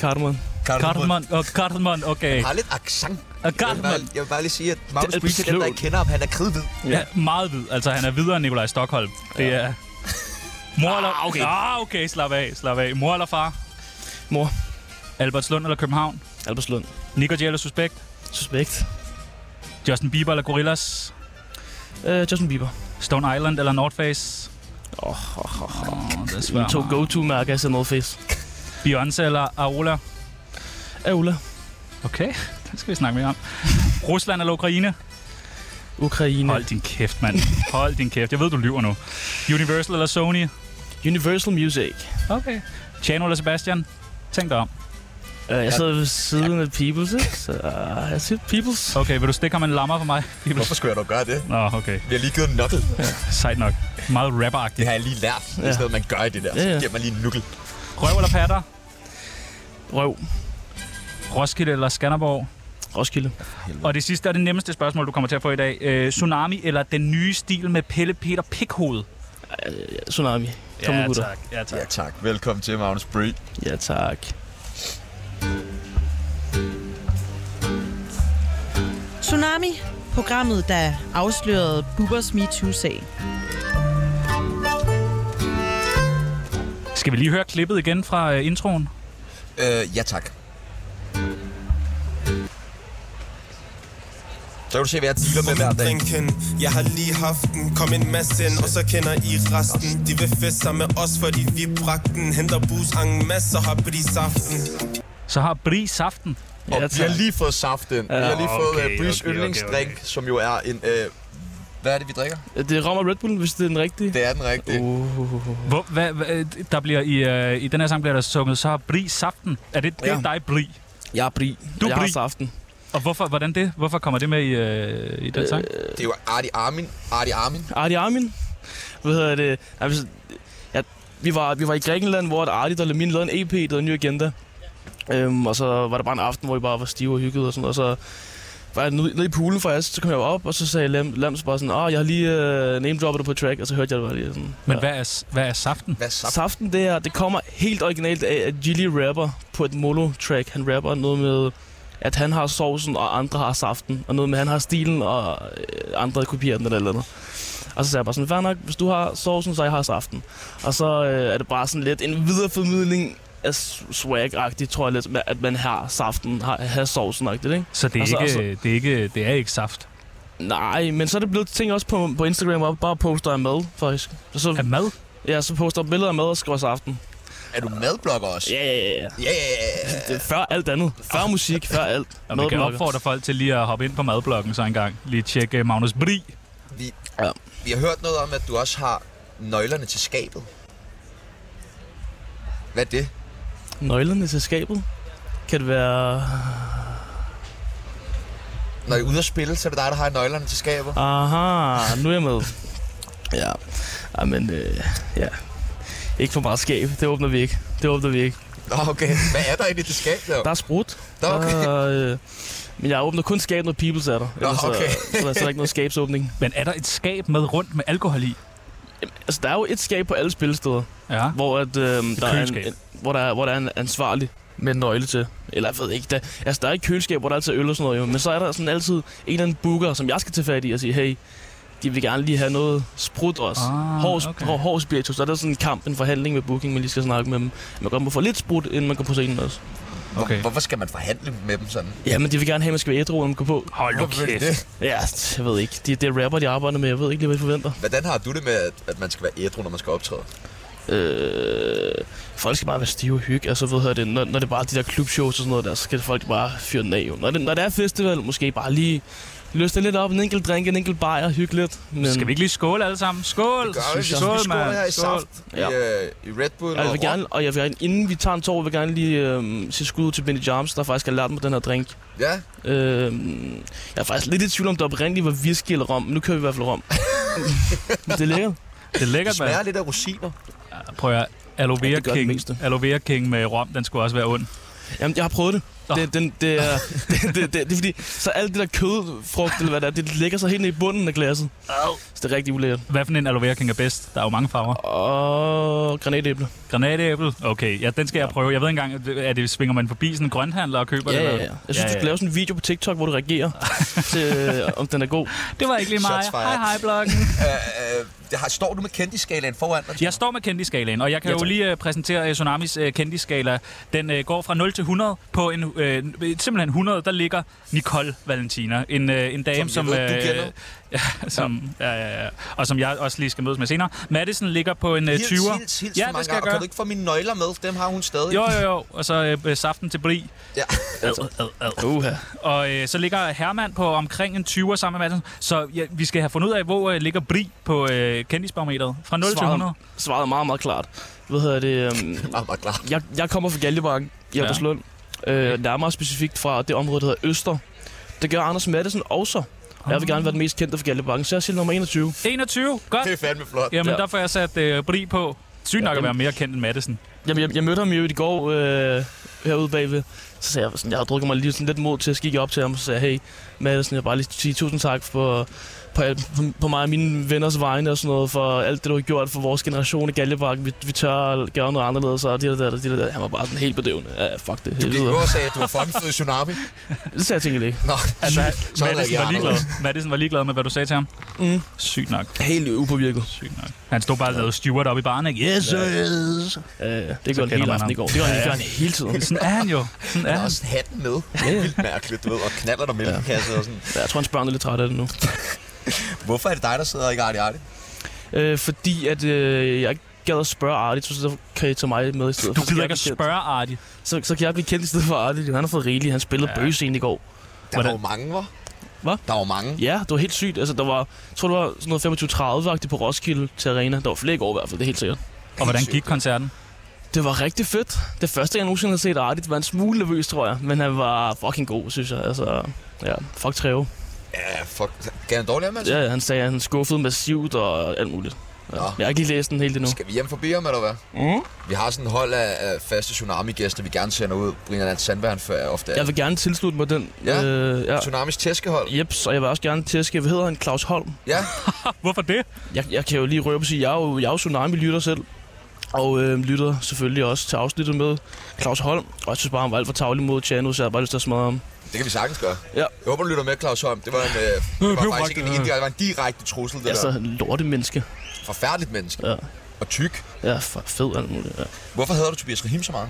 Speaker 3: Cardamon.
Speaker 2: Cardamon. Og Cardamon, okay.
Speaker 1: har lidt accent.
Speaker 2: Og
Speaker 1: Jeg vil, bare,
Speaker 2: Cardamon.
Speaker 1: jeg vil bare lige sige, at Magnus
Speaker 3: Det er
Speaker 1: Bree til dem, der
Speaker 3: sløvt.
Speaker 1: ikke kender ham, han er kridhvid.
Speaker 2: Ja, meget hvid. Altså, han er videre end Nikolaj Stockholm. Det er... Mor eller... Ah, okay. Ah, okay, slap af, slap af. Mor eller far?
Speaker 3: Mor.
Speaker 2: Albertslund eller København?
Speaker 3: Albertslund.
Speaker 2: Nick og Jay eller Suspekt?
Speaker 3: Suspekt.
Speaker 2: Justin Bieber eller Gorillas?
Speaker 3: Øh, Justin Bieber.
Speaker 2: Stone Island eller North Face?
Speaker 3: Åh, oh, oh, oh.
Speaker 2: Oh, det er
Speaker 3: Mine
Speaker 2: svært.
Speaker 3: to go-to-mærker, jeg North Face.
Speaker 2: Beyoncé eller Aola?
Speaker 3: Aula.
Speaker 2: Okay, det skal vi snakke mere om. Rusland eller Ukraine?
Speaker 3: Ukraine.
Speaker 2: Hold din kæft, mand. Hold din kæft. Jeg ved, du lyver nu. Universal eller Sony?
Speaker 3: Universal Music.
Speaker 2: Okay. Chano eller Sebastian? Tænk dig om.
Speaker 3: Øh, jeg sidder ved siden af Peoples, ikke? Så øh, jeg siger Peoples.
Speaker 2: Okay, vil du stikke ham en lammer for mig?
Speaker 1: Hvorfor skulle jeg dog gøre det?
Speaker 2: Nå, okay.
Speaker 1: Vi har lige givet en knuckle.
Speaker 2: Sejt nok. Meget rapperagtigt.
Speaker 1: Det har jeg lige lært. Det er
Speaker 3: Ja.
Speaker 1: sådan noget, man gør i det der.
Speaker 3: Ja, ja.
Speaker 1: Så giver man lige en knuckle.
Speaker 2: Røv eller patter?
Speaker 3: Røv.
Speaker 2: Roskilde eller Skanderborg?
Speaker 3: Roskilde.
Speaker 2: Og det sidste og det nemmeste spørgsmål, du kommer til at få i dag. Øh, tsunami eller den nye stil med Pelle Peter Pikhoved?
Speaker 3: Tsunami. Kom nu, gutter.
Speaker 2: Ja, tak.
Speaker 1: Ja, tak. Velkommen til, Magnus Bree.
Speaker 3: Ja, tak.
Speaker 6: Tsunami, programmet, der afslørede Bubbers MeToo-sag.
Speaker 2: Skal vi lige høre klippet igen fra øh, introen?
Speaker 1: Øh, ja, tak.
Speaker 8: Så kan du se, hvad jeg dealer med hver
Speaker 5: Hvor min
Speaker 8: dag.
Speaker 5: drinken, jeg har lige haft den Kom en masse ind, og så kender I resten De vil feste sammen med os, fordi vi bragte den Henter bus, en masse og hopper i saften
Speaker 2: Så har Bri saften.
Speaker 8: Og
Speaker 3: Ja,
Speaker 8: vi har
Speaker 3: tak.
Speaker 8: lige fået saft ind. Ja, vi har lige
Speaker 2: okay,
Speaker 8: fået okay, Breeze
Speaker 2: okay, okay,
Speaker 8: yndlingsdrink,
Speaker 2: okay.
Speaker 8: som jo er en... Øh, hvad er det, vi drikker?
Speaker 3: Det er rom og Red Bull, hvis det er den rigtige.
Speaker 8: Det er den rigtige. Uh.
Speaker 2: Hvor, hvad, hvad, der bliver i, øh, I den her sang bliver der sunget, så har Bri saften. Er det, det ja.
Speaker 8: Ja.
Speaker 2: dig, Bri?
Speaker 3: Jeg er bri.
Speaker 2: Du er
Speaker 3: jeg har
Speaker 2: bri.
Speaker 3: saften.
Speaker 2: Og hvorfor, hvordan det? Hvorfor kommer det med i, øh, i den øh, sang?
Speaker 8: Det er jo Arti Armin. Arti Armin.
Speaker 3: Arti Armin. Hvad hedder det? Altså, ja, vi, var, vi var i Grækenland, hvor at Arti der Lemin lavede en EP, der hedder Ny Agenda. Øhm, og så var der bare en aften, hvor vi bare var stive og hyggede og sådan noget. Og så var jeg nede, nede i poolen faktisk, så kom jeg op, og så sagde Lam, Lams bare sådan, åh, jeg har lige øh, name droppet dig på et track, og så hørte jeg det bare lige sådan.
Speaker 2: Men
Speaker 3: ja.
Speaker 2: hvad er, s- hvad er saften?
Speaker 8: Hvad er saft?
Speaker 3: Saften, det her, det kommer helt originalt af, at Gilly rapper på et molo-track. Han rapper noget med, at han har sovsen, og andre har saften. Og noget med, at han har stilen, og øh, andre kopierer den eller et eller andet. Og så sagde jeg bare sådan, fair nok, hvis du har sovsen, så jeg har saften. Og så øh, er det bare sådan lidt en videreformidling af s- swag-agtigt, tror jeg lidt, med, at man har saften, har, har sovsen-agtigt, ikke?
Speaker 2: Så det er,
Speaker 3: Altså,
Speaker 2: ikke,
Speaker 3: altså-
Speaker 2: det er ikke, det er ikke saft.
Speaker 3: Nej, men så er det blevet ting også på, på Instagram, hvor jeg bare poster af mad, faktisk. Så,
Speaker 2: Er
Speaker 3: så,
Speaker 2: mad?
Speaker 3: ja, så poster jeg billeder af mad og skriver saften.
Speaker 8: Er du madblogger også?
Speaker 3: Ja, ja, ja, ja.
Speaker 8: Ja, ja, ja.
Speaker 3: Det er før alt andet. Før musik, før alt.
Speaker 2: Og vi kan
Speaker 3: Madblokker.
Speaker 2: opfordre folk til lige at hoppe ind på madblokken så engang. Lige tjekke øh, Magnus Bri.
Speaker 8: Vi,
Speaker 3: Ja.
Speaker 8: vi har hørt noget om, at du også har nøglerne til skabet. Hvad er det?
Speaker 3: Nøglerne til skabet. Kan det være...
Speaker 8: Når I er ude at spille, så er det dig, der har nøglerne til skabet.
Speaker 3: Aha, nu er jeg med. Ja, Ej, men øh, ja. Ikke for meget skab. Det åbner vi ikke. Det åbner vi ikke.
Speaker 8: Nå, okay. Hvad er der egentlig til skabet? Der?
Speaker 3: Der er sprudt.
Speaker 8: Nå, okay.
Speaker 3: Der, er, øh, men jeg åbner kun skab, når peoples er der. Ellers
Speaker 8: okay.
Speaker 3: så, så, er- så er der ikke noget skabsåbning.
Speaker 2: Men er der et skab med rundt med alkohol i?
Speaker 3: Altså, der er jo et skab på alle spillesteder,
Speaker 2: Ja.
Speaker 3: hvor, at, øh, der, er en,
Speaker 2: køleskab.
Speaker 3: en, hvor, der, er, hvor der er en ansvarlig med en nøgle til. Eller jeg ved ikke. Der, altså, der er et køleskab, hvor der altid er øl og sådan noget, jo. Men så er der sådan altid en eller anden booker, som jeg skal tage fat i og sige, hey, de vil gerne lige have noget sprut også.
Speaker 2: Ah,
Speaker 3: hård,
Speaker 2: okay.
Speaker 3: okay. hård, hård spiritus. Så er der sådan en kamp, en forhandling med booking, man lige skal snakke med dem. Man godt må få lidt sprut, inden man går på scenen også.
Speaker 2: Okay.
Speaker 8: Hvorfor skal man forhandle med dem sådan?
Speaker 3: Ja, men de vil gerne have, at man skal være ædru, når man går på.
Speaker 2: Hold nu
Speaker 8: Hvorfor er det
Speaker 2: kæft.
Speaker 8: det?
Speaker 3: Ja, jeg ved ikke. Det, det er rapper, de arbejder med. Jeg ved ikke lige, hvad de forventer.
Speaker 8: Hvordan har du det med, at, at man skal være ædru, når man skal optræde?
Speaker 3: Øh, folk skal bare være stive og hygge. Altså, ved jeg det, når, når det er bare de der klubshows og sådan noget der, så skal folk bare fyre den af. Jo. Når, det, når det er festival, måske bare lige løsne lidt op. En enkelt drink, en enkelt bajer, hygge lidt. Men
Speaker 2: Skal vi ikke lige skåle alle sammen? Skål!
Speaker 8: vi. Vi
Speaker 2: Skål,
Speaker 8: skåler her
Speaker 2: mand.
Speaker 8: i
Speaker 2: Skål.
Speaker 8: saft,
Speaker 3: Ja.
Speaker 8: i, øh, i Red Bull
Speaker 3: Og jeg
Speaker 8: og
Speaker 3: vil gerne, og jeg vil gerne, inden vi tager en tår, vil jeg gerne lige øh, se skud ud til Benny Jarms, der faktisk har lært mig den her drink.
Speaker 8: Ja,
Speaker 3: Øh, jeg er faktisk lidt i tvivl om, det oprindeligt var whisky eller rom, men nu kører vi i hvert fald rom. Men det er lækkert.
Speaker 2: Det er
Speaker 8: det
Speaker 2: lækkert, mand.
Speaker 8: smager lidt af rosiner.
Speaker 2: Prøv at høre. Aloe
Speaker 3: Ja,
Speaker 2: vera,
Speaker 3: det gør det
Speaker 2: King,
Speaker 3: meste.
Speaker 2: Aloe vera King med rom, den skulle også være ond.
Speaker 3: Jamen, jeg har prøvet det.
Speaker 2: Nå.
Speaker 3: Det, den, det, er, *laughs* det, det, det, det, er fordi, så alt det der kødfrugt, eller hvad det er, det ligger så helt ned i bunden af glasset. Så det er rigtig ulækkert.
Speaker 2: Hvad for en aloe vera king er bedst? Der er jo mange farver.
Speaker 3: Og granatæble.
Speaker 2: Granatæble? Okay, ja, den skal jeg prøve. Jeg ved ikke engang, er det svinger man forbi sådan en grønthandler og køber det? eller?
Speaker 3: Jeg synes, du skal lave sådan en video på TikTok, hvor du
Speaker 2: *laughs*
Speaker 3: reagerer til, øh, om den er god.
Speaker 2: Det var ikke lige mig.
Speaker 8: Shots fired.
Speaker 2: Hej, hej, bloggen.
Speaker 8: Øh, øh, det har, står du med kendtiskalaen foran dig?
Speaker 2: Jeg står med kendiskalaen, og jeg kan
Speaker 3: Ja,
Speaker 2: jo
Speaker 3: tak.
Speaker 2: lige uh, præsentere uh, Tsunamis uh, kendiskala. Den uh, går fra 0 til 100. På en, uh, simpelthen 100, der ligger Nicole Valentina. En, uh, en dame, som... øh,
Speaker 8: Som jeg ved, du kender.
Speaker 2: *laughs* ja, som ja. Ja, ja, ja, og som jeg også lige skal mødes med senere. Madison ligger på en uh, 20'er.
Speaker 8: Hils, hils, hils
Speaker 2: ja,
Speaker 8: til mange
Speaker 2: det skal
Speaker 8: gange.
Speaker 2: jeg
Speaker 8: Og Kan
Speaker 2: gøre.
Speaker 8: du ikke få mine nøgler med? Dem har hun stadig.
Speaker 2: Jo, jo, jo. Og så uh, saften til bri. *laughs*
Speaker 8: Ja.
Speaker 2: Ad, ad, ad.
Speaker 3: Uha.
Speaker 2: Og øh, så ligger Herman på omkring en 20'er sammen med Madsen. Så ja, vi skal have fundet ud af, hvor øh, ligger Bri på øh, kendisbarometeret. Fra 0 til 100.
Speaker 3: Svaret, svaret er meget, meget klart. Hvad hedder det? øhm,
Speaker 8: Meget, meget klart.
Speaker 3: jeg, jeg kommer fra Galjebakken i
Speaker 2: Ja.
Speaker 3: Albertslund. Øh, nærmere specifikt fra det område, der hedder Øster. Det gør Anders Madsen også.
Speaker 2: Ah.
Speaker 3: Og jeg vil gerne være den mest kendte fra Galjebakken, så jeg siger nummer 21.
Speaker 2: 21. Godt.
Speaker 8: Det er fandme flot.
Speaker 2: Jamen,
Speaker 3: Ja.
Speaker 2: der får jeg sat øh, Bri på. Sygt nok at være mere kendt end Madsen.
Speaker 3: Jamen, jeg, jeg mødte ham jo i går øh, herude bagved. Så sagde jeg, sådan, jeg har drukket mig lige sådan lidt mod til, at så gik jeg op til ham og så sagde, jeg, hey Madsen, jeg vil bare lige sige tusind tak for på, alt- på, på mig og mine venners vegne og sådan noget, for alt det, du har gjort for vores generation i Galjebakken. Vi, vi tør at gøre noget anderledes, og det der, det der, det der. Han var bare sådan helt bedøvende. Ja, fuck det.
Speaker 1: Du
Speaker 3: Det,
Speaker 1: gik ud og sagde, at du var fucking fed i tsunami.
Speaker 3: det sagde jeg tænkelig ikke.
Speaker 1: Nå,
Speaker 2: Altså,
Speaker 1: så er det
Speaker 2: Madison
Speaker 1: ikke
Speaker 2: var, ligeglad.
Speaker 1: anderledes.
Speaker 2: Madison var ligeglad med, hvad du sagde til ham.
Speaker 3: Mm.
Speaker 2: Sygt nok,
Speaker 3: Helt upåvirket.
Speaker 2: sygt nok. Han stod bare og lavede Stuart op i baren, ikke? Yes, yes.
Speaker 3: Øh, det
Speaker 2: Så
Speaker 3: gjorde han
Speaker 2: kender
Speaker 3: hele
Speaker 2: man ham.
Speaker 3: aften i går. Det gjorde han, ja. han hele tiden.
Speaker 2: Sådan er han
Speaker 3: *laughs*
Speaker 2: jo. Sådan er
Speaker 1: Og
Speaker 2: han.
Speaker 1: også hatten med. Vildt mærkeligt, du ved, og knaller der mælkekasse og sådan.
Speaker 3: Ja, jeg tror, hans børn er lidt trætte af det nu.
Speaker 1: Hvorfor er det dig, der sidder og ikke artig artig?
Speaker 3: Øh, fordi at øh, jeg ikke gad at spørge Artie, så, så kan I tage mig med i stedet.
Speaker 2: Du
Speaker 3: for. Så kan
Speaker 2: gider
Speaker 3: jeg
Speaker 2: ikke at
Speaker 3: blive kendt.
Speaker 2: spørge Artie.
Speaker 3: Så, så kan jeg blive kendt i stedet for Artie. Han har fået rigeligt. Han spillede
Speaker 2: Ja.
Speaker 3: ja. bøsen i går.
Speaker 1: Der var
Speaker 2: Hvordan-
Speaker 1: jo mange, var.
Speaker 3: Hvad?
Speaker 1: Der var mange.
Speaker 3: Ja, det var helt sygt. Altså, der var, jeg tror, det var sådan noget 25-30-agtigt på Roskilde til Arena. Der var flere i går i hvert fald, det er helt sikkert.
Speaker 2: Og hvordan
Speaker 1: sygt.
Speaker 2: gik koncerten?
Speaker 3: Det var rigtig fedt. Det første, jeg nogensinde har set Artie, det var en smule nervøs, tror jeg. Men han var fucking god, synes jeg. Altså, ja, fuck Treve.
Speaker 1: Ja, fuck. Gav han dårlig anmeldelse?
Speaker 3: Ja, han sagde, at han skuffede massivt og alt muligt. Ja.
Speaker 1: Nå.
Speaker 3: Jeg har ikke lige læst den helt endnu.
Speaker 1: Skal vi hjem forbi ham, eller hvad?
Speaker 3: Mm.
Speaker 1: Vi har sådan et hold af, af faste tsunami-gæster, vi gerne sender ud. Brian Land Sandberg, han fører ofte.
Speaker 3: Jeg vil gerne tilslutte mig den.
Speaker 1: Ja.
Speaker 3: Øh, ja.
Speaker 1: Tsunamis tæskehold.
Speaker 3: Jeps, og jeg vil også gerne tæske, hvad hedder han, Claus Holm?
Speaker 1: Ja,
Speaker 2: Hvorfor det?
Speaker 3: Jeg, jeg kan jo lige røbe og sige, jeg er jo, jeg er jo Tsunami-lytter selv. Og øh, lytter selvfølgelig også til afsnittet med Claus Holm. Og jeg synes bare, han var alt for tavlig mod Tjano, så jeg har bare lyst til at smadre ham.
Speaker 1: det kan vi sagtens gøre.
Speaker 3: Ja.
Speaker 1: Jeg håber, du lytter med, Claus Holm. Det var, en, øh, det var faktisk ikke en indirekte, det var en direkte trussel, det
Speaker 3: Ja,
Speaker 1: der.
Speaker 3: så lorte menneske.
Speaker 1: Forfærdeligt menneske.
Speaker 3: Altså. Ja.
Speaker 1: Og tyk.
Speaker 3: Ja, for fed og alt muligt. Ja.
Speaker 1: Hvorfor hedder du Tobias Rahim så meget?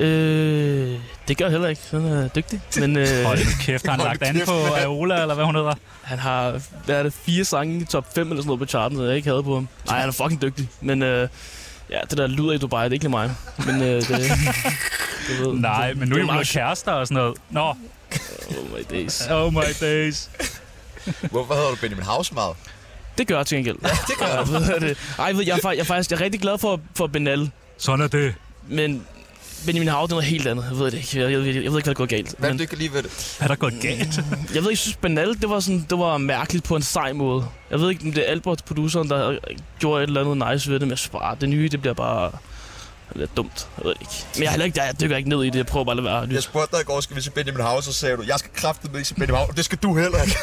Speaker 3: Øh, det gør jeg heller ikke. Han er dygtig. Men øh,
Speaker 2: *laughs* Hold kæft, har han
Speaker 1: Hold
Speaker 2: lagt an
Speaker 1: kæft,
Speaker 2: på
Speaker 1: mand.
Speaker 2: Aola, eller hvad hun hedder.
Speaker 3: han har hvad er det, fire sange i top 5 eller sådan noget på charten, og jeg ikke havde på ham. Nej, han er fucking dygtig. Men øh, ja, det der lyder i Dubai, det er ikke lige mig. Men øh,
Speaker 2: *laughs*
Speaker 3: det, du ved,
Speaker 2: Nej,
Speaker 3: det-
Speaker 2: men nu er
Speaker 3: det
Speaker 2: I jo blevet
Speaker 3: meget
Speaker 2: kærester og sådan noget. Nå,
Speaker 3: sjovt. Oh my days.
Speaker 2: oh my days.
Speaker 1: Hvorfor hedder du Benjamin Hav så meget?
Speaker 3: Det gør jeg til gengæld. Ja, det *laughs* gør jeg. Ved jeg det. Ej, ved, jeg, jeg, er fa- jeg, er faktisk jeg er rigtig glad for, for Benal,
Speaker 2: Sådan er det.
Speaker 3: men Benjamin Hav, det er noget helt andet. Jeg ved det ikke. Jeg, jeg, jeg, jeg ved ikke, hvad der går galt.
Speaker 1: Hvad er det,
Speaker 3: Men
Speaker 1: du ikke kan lide ved det?
Speaker 2: Hvad er der gået galt?
Speaker 3: jeg ved, jeg synes, Benal, det var, sådan, det var mærkeligt på en sej måde. Jeg ved ikke, om det er Albert, produceren, der øh, gjorde et eller andet nice ved det, men jeg synes bare, det nye, det bliver bare lidt dumt. Jeg ved det ikke. Men jeg, er heller ikke, jeg dykker ikke ned i det. Jeg prøver bare at lade være.
Speaker 1: Jeg spurgte dig i går, skal vi se Benjamin Hav, så sagde du, jeg skal kraftet med ikke se Benjamin Hav. Det skal du heller ikke.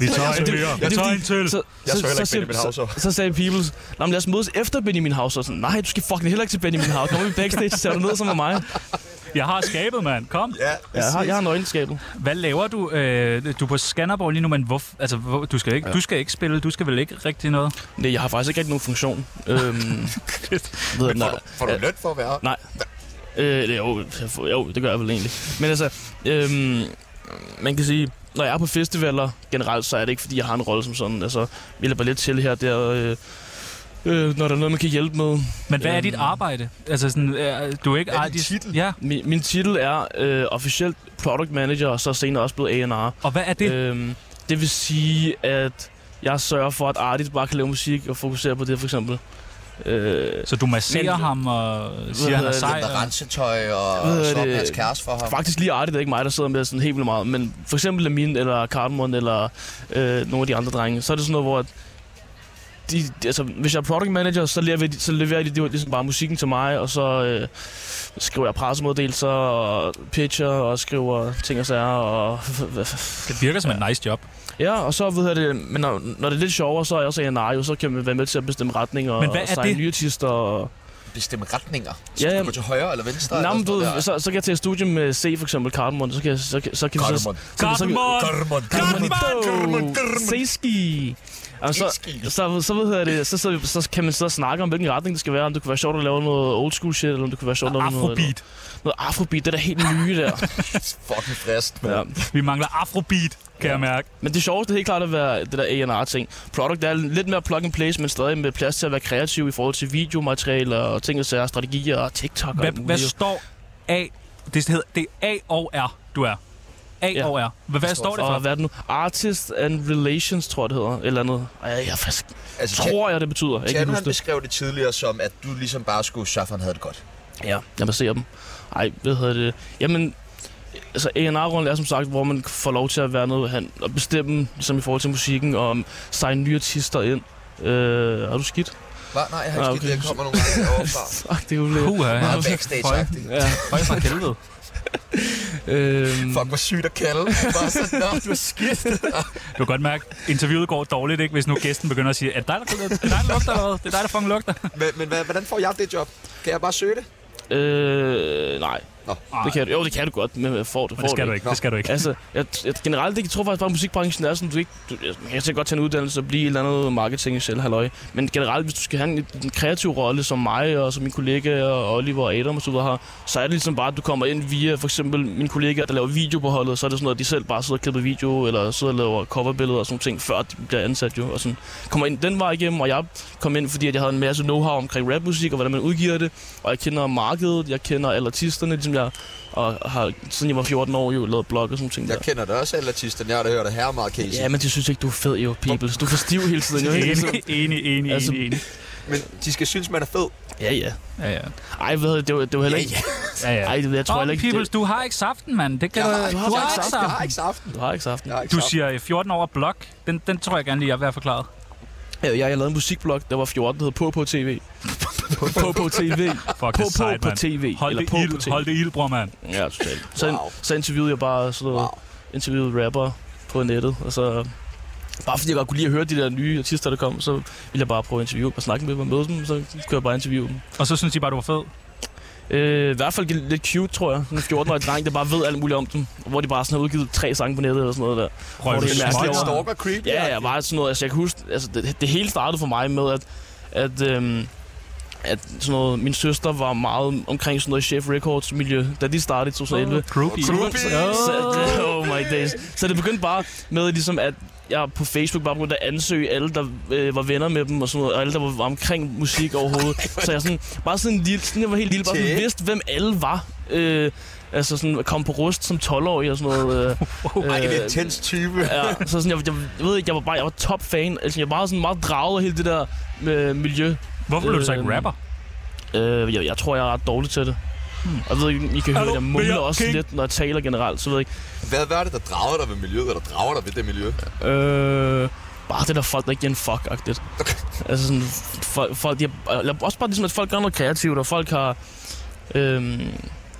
Speaker 2: Vi tager en
Speaker 3: det-
Speaker 2: mere.
Speaker 3: det
Speaker 2: Vi
Speaker 3: er
Speaker 2: tager
Speaker 3: fordi-
Speaker 2: en til.
Speaker 3: Så,
Speaker 1: Jeg så heller ikke
Speaker 3: siger-
Speaker 1: Benjamin Hav, så.
Speaker 3: så sagde Peoples, Nå, men lad os mødes efter Benjamin Hav. Så sådan, nej, du skal fucking heller ikke til Benjamin Hav. Kom i backstage, så ser du ned som med mig.
Speaker 2: Jeg har skabet, mand. Kom.
Speaker 1: Ja,
Speaker 3: Ja, jeg har, jeg har nøglenskabet.
Speaker 2: Hvad laver du? Øh, du er på Skanderborg lige nu, men hvor, altså, hvor, du, skal ikke, du skal ikke spille. Du skal vel ikke rigtig noget?
Speaker 3: Nej, jeg har faktisk ikke rigtig nogen *laughs* funktion. Øhm, ved jeg,
Speaker 1: Får
Speaker 3: nej,
Speaker 1: du, får du løn for at være her?
Speaker 3: nej. Øh, eller jo, jeg får- jo, det gør jeg vel egentlig. Men altså, øhm, man kan sige, når jeg er på festivaler generelt, så er det ikke, fordi jeg har en rolle som sådan. Altså, vi lader bare lidt til her og der, øh, øh, når der er noget, man kan hjælpe med.
Speaker 2: Men hvad er
Speaker 3: Øhm.
Speaker 2: dit arbejde? Altså sådan, øh, du er ikke
Speaker 1: Hvad er din
Speaker 2: artist.
Speaker 1: titel?
Speaker 2: Ja,
Speaker 3: Min, min titel er øh, officielt Product Manager, og så senere også blevet A&R.
Speaker 2: og hvad er det? Øh,
Speaker 3: Øhm, det vil sige, at jeg sørger for, at artist bare kan lave musik og fokusere på det, for eksempel. Øh,
Speaker 2: så du masserer
Speaker 3: men-
Speaker 2: ham og siger,
Speaker 3: Hvad
Speaker 2: han er
Speaker 3: hedder
Speaker 2: sej?
Speaker 1: Med
Speaker 2: og-
Speaker 1: rensetøj og
Speaker 3: Hvad hedder
Speaker 1: så op
Speaker 3: det?
Speaker 1: hans kæreste for ham.
Speaker 3: Faktisk lige Artie, det er ikke mig, der sidder med sådan helt vildt meget, men for eksempel Lamin eller Cardamon eller øh, nogle af de andre drenge, så er det sådan noget, hvor at de, de- altså, hvis jeg er product manager, så leverer, de, så leverer de, de ligesom bare musikken til mig, og så øh, skriver jeg pressemeddelelser og pitcher og skriver ting og sager. Og, *laughs*
Speaker 2: Det virker som en nice job.
Speaker 3: ja, og så ved jeg det, men når, når det er lidt sjovere, så er jeg også en jo, så kan man være med til at bestemme retning og,
Speaker 2: Men hvad er
Speaker 3: og signe
Speaker 2: det?
Speaker 3: nye artister. Og,
Speaker 1: Bestemme retninger. Så
Speaker 3: Ja,
Speaker 1: ja,
Speaker 3: ja.
Speaker 1: du gå til højre eller venstre.
Speaker 3: Nå, men
Speaker 1: eller
Speaker 3: du,
Speaker 1: sådan
Speaker 3: ved,
Speaker 1: noget
Speaker 3: så, så kan jeg tage i studie med C for eksempel, Cardamon, så kan, jeg- så, kan- så kan vi så...
Speaker 1: Cardamon.
Speaker 3: så- så-
Speaker 2: Cardamon!
Speaker 1: Karmon.
Speaker 3: Garmanito! Seiski! Og så,
Speaker 1: Seiski.
Speaker 3: så, så, ved jeg det, så, så, så, kan man sidde og snakke om, hvilken retning det skal være. Om det kunne være sjovt at lave noget old school shit, eller om det kunne være sjovt at lave noget...
Speaker 2: Afrobeat.
Speaker 3: Noget afrobeat, det er da helt nye der.
Speaker 2: *laughs*
Speaker 1: *laughs* Fucking frist, mand.
Speaker 3: ja.
Speaker 2: Vi mangler afrobeat, kan jeg mærke.
Speaker 3: Men det sjoveste er helt klart at være det der A&R ting. Product er lidt mere plug and place, men stadig med plads til at være kreativ i forhold til videomaterialer og ting og sager, strategier og TikTok og
Speaker 2: Hvad,
Speaker 3: alt
Speaker 2: hvad
Speaker 3: muligt.
Speaker 2: står A? Det hedder det er A og R, du er. A
Speaker 3: Ja.
Speaker 2: og R. Hvad, hvad står det
Speaker 3: Og
Speaker 2: for?
Speaker 3: hvad er det nu? Artist and Relations, tror jeg det hedder. Et Eller andet. Ej, jeg, er faktisk,
Speaker 1: Altså, Tjano,
Speaker 3: tror jeg, det betyder. Jeg kan ikke
Speaker 1: Tjano,
Speaker 3: huske
Speaker 1: han
Speaker 3: det.
Speaker 1: beskrev det tidligere som, at du ligesom bare skulle sørge for, at han havde det godt.
Speaker 3: Ja, jeg baserer dem. Ej, hvad hedder det? Jamen, altså A&R-runden er som sagt, hvor man får lov til at være noget han, og bestemme, som i forhold til musikken, og om signe nye artister ind. Øh, er du skidt?
Speaker 1: Hva? Nej, jeg har ikke
Speaker 3: Ah,
Speaker 1: skidt,
Speaker 3: okay.
Speaker 1: det kommer nogle
Speaker 3: *laughs*
Speaker 1: gange overfra.
Speaker 3: Fuck, det er jo lidt.
Speaker 2: Puha, ja.
Speaker 1: Meget backstage-agtigt.
Speaker 3: Ja.
Speaker 2: Høj for helvede.
Speaker 3: Øhm,
Speaker 8: Fuck, hvor sygt at kalde. Bare sådan, nå, du er skidt.
Speaker 2: *laughs* Du kan godt mærke, interviewet går dårligt, ikke? hvis nu gæsten begynder at sige, er det dig, der, det er dig, der lugter eller hvad? Det er dig, der fucking lugter.
Speaker 8: Men, men hvad- hvordan får jeg det job? Kan jeg bare søge det?
Speaker 3: øh, nej.
Speaker 8: Nå.
Speaker 3: Det kan du, jo, det kan du godt, men jeg får, du får
Speaker 2: Men det skal du ikke, det skal du ikke.
Speaker 3: *laughs* Altså, jeg, jeg, generelt ikke. Jeg tror faktisk bare, at musikbranchen er sådan, du ikke... Du, jeg- man kan sikkert godt tage en uddannelse og blive et eller andet marketing selv, halløj. Men generelt, hvis du skal have en, en kreativ rolle, som mig og som min kollega og Oliver og Adam og så videre har, så er det ligesom bare, at du kommer ind via for eksempel min kollega, der laver video på holdet, så er det sådan noget, at de selv bare sidder og klipper video, eller sidder og laver coverbilleder og sådan nogle ting, før de bliver ansat jo. Og sådan kommer ind den vej igennem, og jeg kom ind, fordi at jeg havde en masse know-how omkring rapmusik og hvordan man udgiver det, og jeg kender markedet, jeg kender alle artisterne, ligesom jeg og har, siden jeg var 14 år, jo lavet blog og sådan nogle ting
Speaker 8: Jeg
Speaker 3: der.
Speaker 8: kender det også, alle artisterne. Jeg har da hørt det her meget, Casey.
Speaker 3: Ja, men de synes ikke, du er fed, jo, people. Du er for stiv hele tiden, jo. ikke?
Speaker 2: Enig, enig, enig,
Speaker 3: Altså-
Speaker 2: enig, enig.
Speaker 8: Men de skal synes, man er fed.
Speaker 3: Ja, ja.
Speaker 2: Ja, ja.
Speaker 3: Ej, hvad hedder det? Det var, det var heller
Speaker 8: Ja,
Speaker 3: ikke...
Speaker 2: ja, ja.
Speaker 3: Ej, det, jeg tror
Speaker 2: Tror oh,
Speaker 3: heller ikke...
Speaker 2: peoples, du har ikke saften, mand. Det kan
Speaker 8: Jeg
Speaker 2: du,
Speaker 8: har, jeg
Speaker 2: du har
Speaker 8: ikke
Speaker 2: ikke
Speaker 8: saft. Jeg har
Speaker 2: saften.
Speaker 8: ikke saften.
Speaker 3: det, du har ikke haft den.
Speaker 8: Jeg har ikke
Speaker 2: Du
Speaker 8: saft.
Speaker 2: siger øh, 14 år blok. Den, den tror jeg gerne lige, jeg vil have forklaret.
Speaker 3: Ja, jeg, jeg lavede en musikblog, der var 14, der hed På på TV. på på TV.
Speaker 2: Fuck,
Speaker 3: På
Speaker 2: det er
Speaker 3: på
Speaker 2: sejt,
Speaker 3: på
Speaker 2: mand.
Speaker 3: TV.
Speaker 2: Hold det,
Speaker 3: på på
Speaker 2: ild, hold det ild, bror, mand.
Speaker 3: Ja, totalt. Så,
Speaker 8: Wow.
Speaker 3: så interviewede jeg bare sådan noget,
Speaker 8: Wow.
Speaker 3: interviewede rapper på nettet, og så... Bare fordi jeg godt kunne lide at høre de der nye artister, der kom, så ville jeg bare prøve at interviewe dem og snakke med dem og møde dem, så kunne jeg bare interviewe dem.
Speaker 2: Og så synes de bare, du var fed.
Speaker 3: Øh, I hvert fald lidt cute, tror jeg. Sådan En 14-årig dreng, der bare ved alt muligt om dem. Hvor de bare sådan har udgivet tre sange på nettet eller sådan noget der.
Speaker 2: Røg, du
Speaker 3: Hvor det er
Speaker 2: smøger.
Speaker 8: Det er
Speaker 3: mærkeligt
Speaker 8: en stalker creep.
Speaker 3: Ja, ja, bare sådan noget. Altså, jeg kan huske, altså, det, det hele startede for mig med, at, at, øhm, at sådan noget, min søster var meget omkring sådan noget Chef Records miljø, da de startede i 2011.
Speaker 2: Groupie.
Speaker 8: Groupies.
Speaker 3: Så, *laughs* oh my days. Så det begyndte bare med, ligesom, at jeg på Facebook bare begyndte at ansøge alle, der øh, var venner med dem, og, sådan noget, og alle, der var, var omkring musik overhovedet. så jeg sådan, bare sådan en lille, sådan, jeg var helt lille, bare sådan,
Speaker 8: Tjek.
Speaker 3: vidste, hvem alle var. Øh, altså sådan, kom på rust som 12-årig og sådan noget. Øh,
Speaker 8: Ej, det er en tens type.
Speaker 3: Ja, så sådan, jeg, jeg, jeg ved ikke, jeg var bare jeg var top fan. Altså, jeg var sådan meget draget af hele det der øh, miljø.
Speaker 2: Hvorfor blev du så ikke
Speaker 3: Øhm,
Speaker 2: rapper?
Speaker 3: Øh, jeg, jeg tror, jeg er ret dårlig til det. Hmm. Og jeg ved ikke, I kan høre,
Speaker 2: Hallo,
Speaker 3: at jeg
Speaker 2: men
Speaker 3: mumler
Speaker 2: jeg
Speaker 3: også
Speaker 2: kan ikke-
Speaker 3: lidt, når jeg taler generelt, så ved jeg ikke.
Speaker 8: Hvad, hvad er det, der drager dig ved miljøet, eller drager dig ved det miljø?
Speaker 3: Øh, bare det der folk, der ikke giver en fuck-agtigt. altså sådan, folk, folk de har, eller også bare ligesom, at folk gør noget kreativt, og folk har... Øh,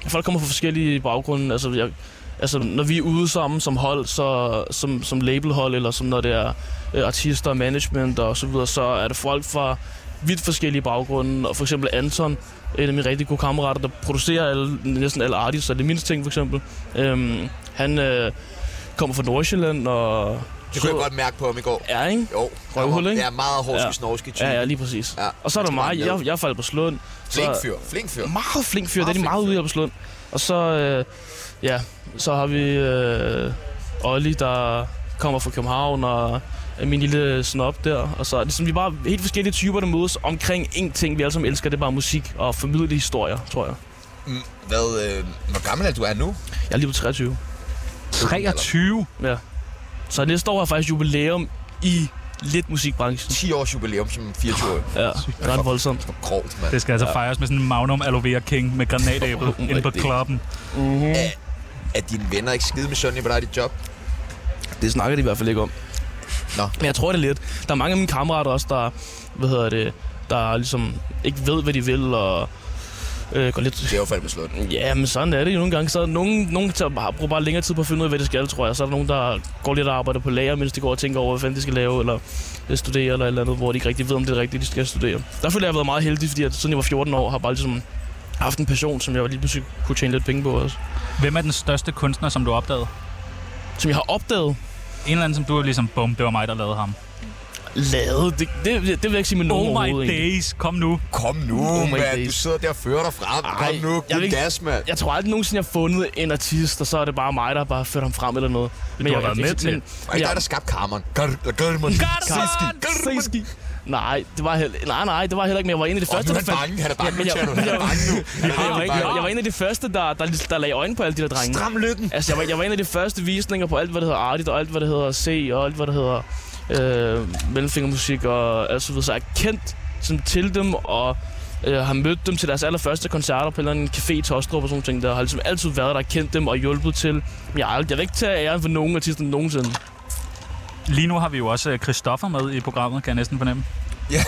Speaker 3: folk kommer fra forskellige baggrunde. Altså, jeg, altså, når vi er ude sammen som hold, så, som, som labelhold, eller som når det er øh, artister, management og så videre, så er det folk fra vidt forskellige baggrunde. Og for eksempel Anton, en af mine rigtig gode kammerater, der producerer alle, næsten alle artister, det er mindst ting for eksempel. Øhm, han øh, kommer fra Nordsjælland og...
Speaker 8: Det kunne jeg godt mærke på ham i går.
Speaker 3: Ja, ikke?
Speaker 8: Jo.
Speaker 3: Røvhul, ikke?
Speaker 8: Jeg er meget hårdske,
Speaker 3: Ja.
Speaker 8: snorske type.
Speaker 3: Ja, ja, lige præcis.
Speaker 8: Ja,
Speaker 3: Ja, og så er der
Speaker 8: jeg tror,
Speaker 3: mig.
Speaker 8: han er
Speaker 3: Jeg, jeg er faldet på slund.
Speaker 8: Flink
Speaker 3: Så,
Speaker 8: fyr. Flink fyr.
Speaker 3: meget flink fyr. Det er
Speaker 8: Meget
Speaker 3: de
Speaker 8: flink
Speaker 3: meget
Speaker 8: fyr.
Speaker 3: ude her på slund. Og så, øh, ja, så har vi øh, Olli, der kommer fra København, og øh, min lille snop der. Og så er det sådan, vi er bare helt forskellige typer, der mødes omkring én ting, vi alle sammen elsker. Det er bare musik og formidle historier, tror jeg.
Speaker 8: Mm, Hvad, øh, hvor gammel er du er nu?
Speaker 3: Jeg er lige på 23.
Speaker 2: 23.
Speaker 3: Ja. Så næste år har jeg faktisk jubilæum i lidt musikbranchen.
Speaker 8: 10 års jubilæum som 24-årig.
Speaker 3: Ja, det er ret voldsomt.
Speaker 8: Hvor grovt, mand.
Speaker 2: Det skal altså fejres med sådan en Magnum Aloe Vera King med granatæblet
Speaker 3: Oh my
Speaker 2: inde på
Speaker 3: days.
Speaker 2: klubben.
Speaker 8: Er dine venner ikke skide misundelige på dig i dit job?
Speaker 3: Det snakker de i hvert fald ikke om.
Speaker 8: Nå.
Speaker 3: Men jeg tror det er lidt. Der er mange af mine kammerater også, der, hvad hedder det, der ligesom ikke ved, hvad de vil, og øh, går lidt...
Speaker 8: Det er jo fandme slået.
Speaker 3: Ja, men sådan er det jo nogle gange. Så er nogen, nogen tager bare, bruger bare længere tid på at finde ud af, hvad de skal, tror jeg. Så er der nogen, der går lidt og arbejder på lager, mens de går og tænker over, hvad fanden de skal lave, eller øh, studere, eller et eller andet, hvor de ikke rigtig ved, om det er rigtigt, de skal studere. Der føler jeg, jeg har været meget heldig, fordi at, siden jeg var 14 år, har jeg bare ligesom haft en passion, som jeg lige pludselig kunne tjene lidt penge på også.
Speaker 2: Hvem er den største kunstner, som du opdagede?
Speaker 3: Som jeg har opdaget,
Speaker 2: En eller anden, som du er ligesom, bum, det var mig, der lavede ham.
Speaker 3: lavet. Det, det, det, vil jeg ikke sige med nogen
Speaker 2: Oh my
Speaker 3: overhovedet, egentlig.
Speaker 2: days, kom nu.
Speaker 8: Kom nu,
Speaker 3: Oh my
Speaker 8: mand. Du
Speaker 3: days.
Speaker 8: sidder der og fører dig frem. Kom
Speaker 3: Ej,
Speaker 8: nu,
Speaker 3: jeg
Speaker 8: giv
Speaker 3: vil ikke-
Speaker 8: gas, mand.
Speaker 3: jeg tror aldrig nogensinde, jeg har fundet en artist, og så er det bare mig, der har bare ført ham frem eller noget. Men
Speaker 2: har
Speaker 3: jeg,
Speaker 2: været med til.
Speaker 3: Men,
Speaker 8: Var ikke dig, der skabte karmeren? Gør det, gør det, mand.
Speaker 3: Seski. Nej, det var heller, nej, nej, det var heller ikke, men jeg var en af de
Speaker 8: Åh, nu
Speaker 3: første,
Speaker 8: er
Speaker 3: der
Speaker 8: han
Speaker 3: fandt...
Speaker 8: bange. Han er bange,
Speaker 3: men jeg-
Speaker 8: Tjerno. Han er bange nu. Han er
Speaker 3: Jeg var,
Speaker 8: virkelig
Speaker 3: ikke,
Speaker 8: bange.
Speaker 3: jeg, jeg var en af de første, der, der, der, der lagde øjne på alle de der drenge.
Speaker 8: Stram lykken.
Speaker 3: Altså, jeg var, jeg var en af de første visninger på alt, hvad der hedder Artit, og alt, hvad der hedder C, og alt, hvad der hedder øh, mellemfingermusik, og alt så videre. Så jeg er kendt sådan, til dem, og øh, har mødt dem til deres allerførste koncerter på en eller anden café i Tostrup og sådan nogle ting. Der har ligesom altid været der, kendt dem og hjulpet til. Men jeg, har aldrig, jeg vil ikke tage æren for nogen artister nogensinde.
Speaker 2: Lige nu har vi jo også øh, Christoffer med i programmet, kan jeg næsten fornemme.
Speaker 8: Det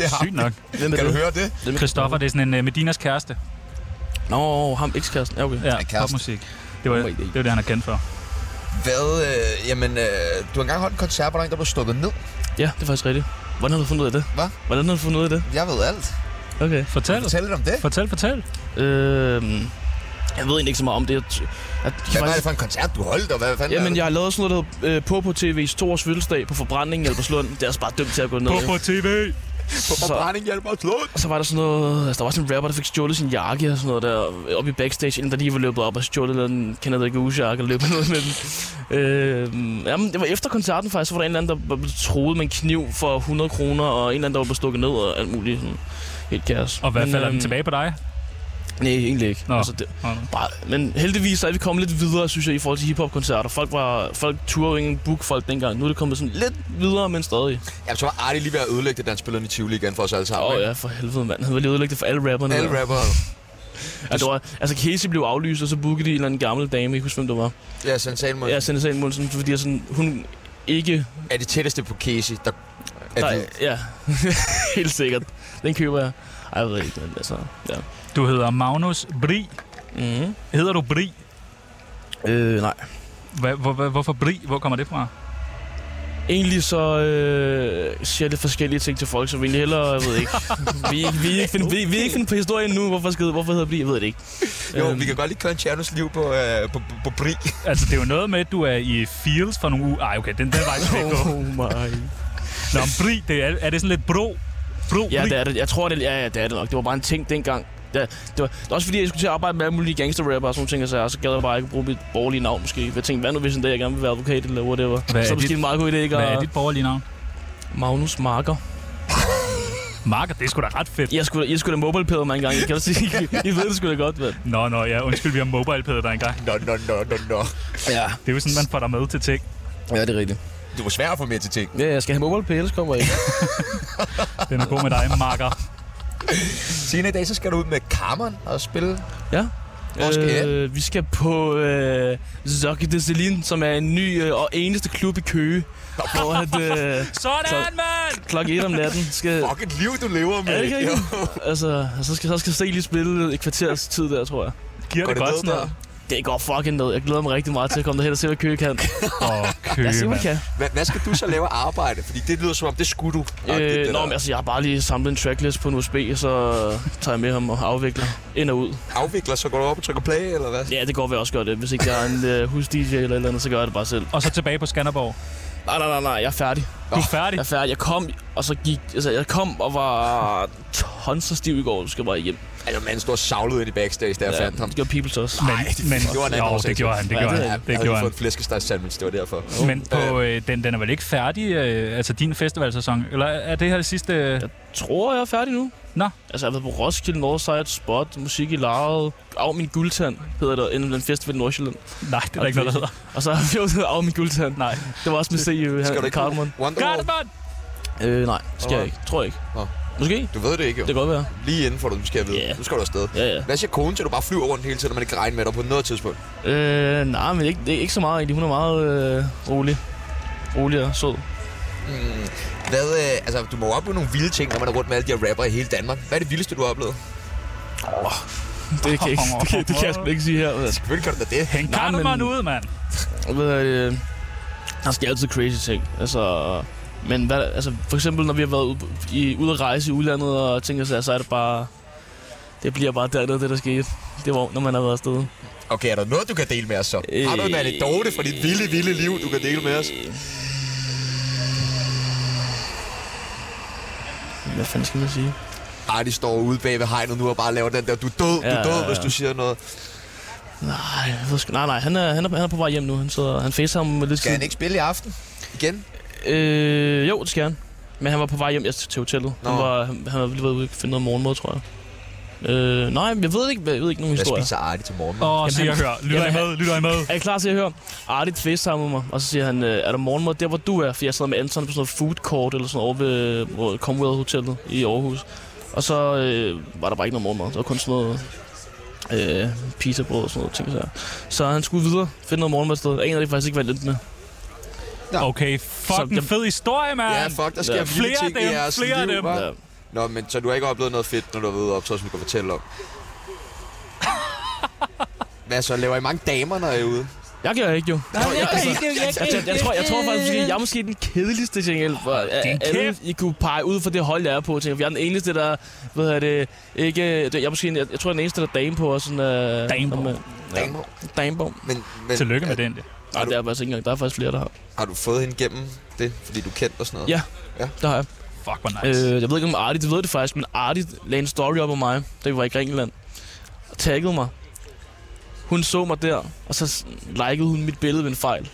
Speaker 8: har
Speaker 2: Sygt nok.
Speaker 3: Hvem er
Speaker 8: Kan du
Speaker 3: det?
Speaker 8: høre det?
Speaker 3: Hvem er
Speaker 2: Christoffer, det er sådan en øh, Medinas kæreste.
Speaker 3: Nå, ham ekskæresten. Ja, okay.
Speaker 2: Ja,
Speaker 8: kæreste.
Speaker 2: popmusik. Det var,
Speaker 3: God idé.
Speaker 2: det, var det, han er kendt for.
Speaker 1: Hvad, øh, jamen, øh, du har engang holdt en koncert, hvor der er en, der blev stukket ned.
Speaker 3: Ja, det er faktisk rigtigt. Hvordan har du fundet ud af det?
Speaker 1: Hvad?
Speaker 3: Hvordan har du fundet ud af det?
Speaker 1: Jeg ved alt.
Speaker 3: Okay.
Speaker 2: Fortæl.
Speaker 1: Fortæl lidt om det.
Speaker 2: Fortæl, fortæl.
Speaker 3: Øhm, jeg ved egentlig ikke så meget om det. Jeg, t- jeg, jeg,
Speaker 1: Hvad var det for en koncert, du holdt, og hvad fanden er
Speaker 3: Jamen,
Speaker 1: det?
Speaker 3: jeg har lavet sådan noget, der hedder, øh, på på TV's to års fødselsdag på Forbrændingen i Alberslund. Det er altså bare dømt til at gå ned.
Speaker 2: På på tv.
Speaker 3: så-
Speaker 1: hjælper at slå.
Speaker 3: Og så var der sådan noget, altså der var sådan en rapper, der fik stjålet sin jakke og sådan noget der, oppe i backstage, inden der lige var løbet op og stjålet en Canada Goose jakke og løbet *laughs* noget med den. Øh, jamen, det var efter koncerten faktisk, så var der en eller anden, der var blevet troet med en kniv for 100 kroner, og en eller anden, der var blevet stukket ned og alt muligt. Sådan. Helt kaos.
Speaker 2: Og hvad
Speaker 3: Men,
Speaker 2: falder
Speaker 3: øhm,
Speaker 2: den tilbage på dig?
Speaker 3: Nej, egentlig ikke.
Speaker 2: Nå.
Speaker 3: Altså, det,
Speaker 2: Nå, nå.
Speaker 3: bare, men heldigvis så er vi kommet lidt videre, synes jeg, i forhold til hiphop-koncerter. Folk, var, folk turde jo ikke book folk dengang. Nu er det kommet sådan lidt videre, men stadig.
Speaker 1: Jamen, så var Artie lige ved at ødelægge det, da han spillede den i Tivoli igen for os alle sammen.
Speaker 3: Åh oh,
Speaker 1: ikke?
Speaker 3: ja, for helvede, mand. Han var lige ødelægge det for alle rapperne.
Speaker 1: Alle
Speaker 3: der.
Speaker 1: rapper.
Speaker 3: Altså, det var, altså Casey blev aflyst, og så bookede de en eller anden gammel dame, jeg kan ikke huske, hvem det var.
Speaker 1: Ja, Sand Salmon.
Speaker 3: Ja, Sanne Salmonsen, fordi jeg sådan, hun ikke...
Speaker 1: Er det tætteste på Casey, der...
Speaker 3: Der,
Speaker 1: Er det,
Speaker 3: ja, *laughs* helt sikkert. Den køber jeg. Ej, jeg ved ikke, men altså, ja.
Speaker 2: Du hedder Magnus Bri.
Speaker 3: Mm-hmm.
Speaker 2: Hedder du Bri?
Speaker 3: Øh, nej.
Speaker 2: Hva, hvor, hvor, hvorfor Bri? Hvor kommer det fra?
Speaker 3: Egentlig så øh, siger jeg lidt forskellige ting til folk, så vi egentlig hellere, jeg ved ikke. vi, vi, vi, er ikke finde, vi, vi er ikke finde på historien nu, hvorfor, skal, hvorfor hedder Bli, jeg ved det ikke.
Speaker 1: jo,
Speaker 3: Øhm,
Speaker 1: vi kan godt lige køre en Tjernos liv på, øh, på, på, på Bri.
Speaker 2: Altså, det er jo noget med, at du er i Fields for nogle uger. Ej, okay, den, den vej skal jeg ikke gå.
Speaker 3: *laughs* Oh my.
Speaker 2: Nå, men Bri, det er, er det sådan lidt bro? Bro,
Speaker 3: Ja,
Speaker 2: bri?
Speaker 3: det er det. Jeg tror, det, ja, ja, det er det nok. Det var bare en ting dengang. Ja, det, var, det var også fordi, jeg skulle til at arbejde med alle mulige gangsterrapper og sådan nogle ting, og så, og så gad jeg bare ikke bruge mit borgerlige navn måske. Jeg tænkte, hvad nu hvis en dag jeg gerne vil være advokat eller whatever?
Speaker 2: er
Speaker 3: Hvad så er det
Speaker 2: dit-
Speaker 3: måske en meget god idé, ikke?
Speaker 2: Hvad
Speaker 3: at-
Speaker 2: er dit borgerlige navn?
Speaker 3: Magnus Marker.
Speaker 2: Marker, det er sgu da ret fedt.
Speaker 3: Jeg skulle, jeg skulle da mobile mig engang. Jeg kan da sige, *laughs* I ved det sgu da godt, mand.
Speaker 2: Nå, nå, ja, undskyld, vi har mobile dig engang.
Speaker 1: *laughs* Nå, nå, nå, nå, nå.
Speaker 3: Ja.
Speaker 2: Det er jo sådan, man får dig med til ting.
Speaker 3: ja, det er rigtigt.
Speaker 1: Det var svært at få mere til ting.
Speaker 3: Ja, jeg skal have mobile ellers kommer jeg ikke.
Speaker 2: Den er god med dig, Marker.
Speaker 1: Senere i dag, så skal du ud med Carmen og spille.
Speaker 3: Ja.
Speaker 1: Hvor skal I hen?
Speaker 3: øh, vi skal på øh, Zocchi de Celine, som er en ny øh, og eneste klub i Køge. Hvor at, øh,
Speaker 2: *laughs* Sådan, mand!
Speaker 3: klokken 1 om natten skal,
Speaker 1: Fuck et liv, du lever med.
Speaker 3: Øh. Er det ikke *laughs* rigtigt? altså, så skal, så skal Stig lige spille et kvarters tid der, tror jeg.
Speaker 2: Giver
Speaker 1: Går
Speaker 2: det
Speaker 1: det
Speaker 2: godt
Speaker 1: ned
Speaker 2: sådan noget?
Speaker 3: Det går fucking ned. Jeg glæder mig rigtig meget til at komme derhen og se, hvad Køge *laughs* kan.
Speaker 2: Åh, kø,
Speaker 3: Lad os se, hvad
Speaker 2: mand.
Speaker 3: han kan.
Speaker 1: Hvad, hvad skal du så lave af arbejde? Fordi det lyder som om, det skulle du. Agtigt, det
Speaker 3: Øh, nå,
Speaker 1: der.
Speaker 3: men altså, jeg har bare lige samlet en tracklist på en USB, og så tager jeg med ham og afvikler ind og ud.
Speaker 1: Afvikler, så går du op og trykker play, eller hvad?
Speaker 3: Ja, det går vi også godt. øh, Hvis ikke jeg er en øh, hus-DJ eller et eller andet, så gør jeg det bare selv.
Speaker 2: Og så tilbage på Skanderborg.
Speaker 3: Nej, nej, nej, nej, jeg er færdig.
Speaker 2: Du er færdig.
Speaker 3: Jeg er færdig. Jeg kom, og så gik... Altså, jeg kom og var tons så stiv i går, så skal jeg bare hjem.
Speaker 1: Altså, manden stod og savlede ind i backstage, da jeg fandt ham.
Speaker 3: det gjorde Peoples også.
Speaker 2: Men, men,
Speaker 1: gjorde han ikke,
Speaker 2: jo,
Speaker 1: vores
Speaker 2: det gjorde han, det
Speaker 3: Ja,
Speaker 2: gjorde
Speaker 3: det er
Speaker 2: han,
Speaker 3: det.
Speaker 2: det
Speaker 1: jeg
Speaker 2: gjorde
Speaker 1: havde
Speaker 2: han.
Speaker 1: fået en flæskesteg sandwich, det var derfor.
Speaker 2: Men på, øh, den, den er vel ikke færdig, øh, altså din festivalsæson? Eller er det her det sidste? Øh,
Speaker 3: tror, jeg er færdig nu.
Speaker 2: Nå.
Speaker 3: Altså, jeg har været på Roskilde, Northside, Spot, Musik i Laret, Af min guldtand, hedder det, inden den festival i Nordsjælland.
Speaker 2: nej, det er der ikke noget, der hedder.
Speaker 3: *laughs* Og så har vi også Af min guldtand.
Speaker 2: Nej.
Speaker 3: Det var også med C.
Speaker 1: Skal du
Speaker 3: Øh,
Speaker 1: ikke
Speaker 3: Cardamon.
Speaker 1: Wonderwall?
Speaker 2: Gardemund!
Speaker 3: Øh, nej, skal jeg ikke. Tror jeg ikke.
Speaker 1: Nå.
Speaker 3: Måske? Det
Speaker 1: Du ved det ikke, jo.
Speaker 3: kan godt være.
Speaker 1: Lige inden for du skal jeg vide.
Speaker 3: Ja.
Speaker 1: Nu skal du afsted.
Speaker 3: Ja, ja.
Speaker 1: Hvad siger konen til, at du bare flyver rundt hele tiden, og man ikke kan regne med dig på noget tidspunkt?
Speaker 3: Øh, nej, men ikke, det er ikke så meget egentlig. Hun er meget øh, rolig. Rolig og sød.
Speaker 1: Hvad, øh, altså, du må jo opleve nogle vilde ting, når man er rundt med alle de her rapper i hele Danmark. Hvad er det vildeste, du har oplevet?
Speaker 3: Det kan, jeg ikke, *laughs* det kan, det kan jeg sgu ikke sige her. Altså,
Speaker 1: Selvfølgelig kan du da det.
Speaker 2: Hæng
Speaker 3: Nej,
Speaker 2: Gardemund
Speaker 3: men-
Speaker 2: ud, mand!
Speaker 3: Ved jeg, øh, der sker altid crazy ting. Altså, men hvad, altså, for eksempel, når vi har været ude, på- i, ude at rejse i udlandet og ting og sager, så er det bare... Det bliver bare dernede, det der skete. Det var, når man har været afsted.
Speaker 1: Okay, er der noget, du kan dele med os så? Har du en
Speaker 3: Øh,
Speaker 1: anekdote fra dit vilde, vilde liv, du kan dele med os?
Speaker 3: Hvad fanden skal man sige?
Speaker 1: Ej, de står ude bag ved hegnet nu og bare laver den der, du er død, du
Speaker 3: Ja,
Speaker 1: er
Speaker 3: ja,
Speaker 1: død,
Speaker 3: ja.
Speaker 1: hvis du siger noget.
Speaker 3: Nej, jeg ved sgu, nej, nej, han er, han, er, han er på vej hjem nu. Han, sidder, han facer ham med lidt
Speaker 1: Skal
Speaker 3: tid.
Speaker 1: han ikke spille i aften? Igen?
Speaker 3: Øh, jo, det skal han. Men han var på vej hjem ja, til til hotellet. Han
Speaker 1: Nå.
Speaker 3: var, han, han var lige været ude og finde noget morgenmad, tror jeg. Øh, nej, jeg ved ikke, jeg ved ikke nogen
Speaker 1: Hvad
Speaker 3: historie.
Speaker 1: spiser Arti til morgen?
Speaker 2: Åh,
Speaker 3: Jamen,
Speaker 2: se og
Speaker 3: han-
Speaker 2: hør. Lytter I
Speaker 3: Jamen,
Speaker 2: med? Lytter I med?
Speaker 3: Er I klar til at høre? Ah, Artigt facetimer mig, og så siger han, øh, er der morgenmad der, hvor du er? For jeg sad med Anton på sådan noget food court, eller sådan over ved øh, hvor- Commonwealth Hotellet i Aarhus. Og så øh, var der bare ikke noget morgenmad. Der var kun sådan noget øh, pizzabrød og sådan noget ting. og sager. Så han skulle videre, finde noget morgenmad et sted. Jeg aner det faktisk ikke, hvad jeg endte med.
Speaker 2: Okay, fucking
Speaker 3: dem-
Speaker 2: fed historie, mand!
Speaker 1: Ja, fuck, der sker
Speaker 3: Ja.
Speaker 1: ja, vilde
Speaker 2: Flere
Speaker 1: ting
Speaker 2: af
Speaker 1: i
Speaker 2: dem,
Speaker 1: jeres
Speaker 2: flere af
Speaker 1: liv,
Speaker 2: dem.
Speaker 1: hva'?
Speaker 3: Ja.
Speaker 1: Nå, men
Speaker 2: *laughs*
Speaker 1: så du har ikke oplevet noget fedt, når du har været op, så som du kan fortælle om? Hvad så? altså, Laver I mange damer, når I er ude?
Speaker 3: Jeg gør ikke, jo.
Speaker 6: jeg kan ikke, jeg kan
Speaker 3: Jeg, jeg, jeg, tror, jeg tror faktisk, at jeg er måske den kedeligste ting, jeg
Speaker 2: Din kæft.
Speaker 3: I kunne pege ud for det hold, jeg er på. Tænker, jeg. jeg er den eneste, der... Hvad er det? Ikke, det- jeg, er måske, en- jeg, jeg tror, jeg er den eneste, der er dame på. Og sådan, øh,
Speaker 2: Dame på.
Speaker 3: om, øh,
Speaker 1: Damer.
Speaker 3: Dame på.
Speaker 1: Men, men
Speaker 2: Tillykke med
Speaker 1: er,
Speaker 2: den. der.
Speaker 3: Nej, det er jeg faktisk ikke engang. Der er faktisk flere, der har.
Speaker 1: Har du fået hende gennem det, fordi du kendte og sådan noget?
Speaker 3: Ja.
Speaker 1: Ja.
Speaker 3: Der har jeg.
Speaker 2: Fuck, hvor nice.
Speaker 3: Øh, jeg ved ikke, om Artie, det ved det faktisk, men Artie lagde en story op om mig, da vi var i Grækenland. Og taggede mig. Hun så mig der, og så s- likede hun mit billede ved en fejl.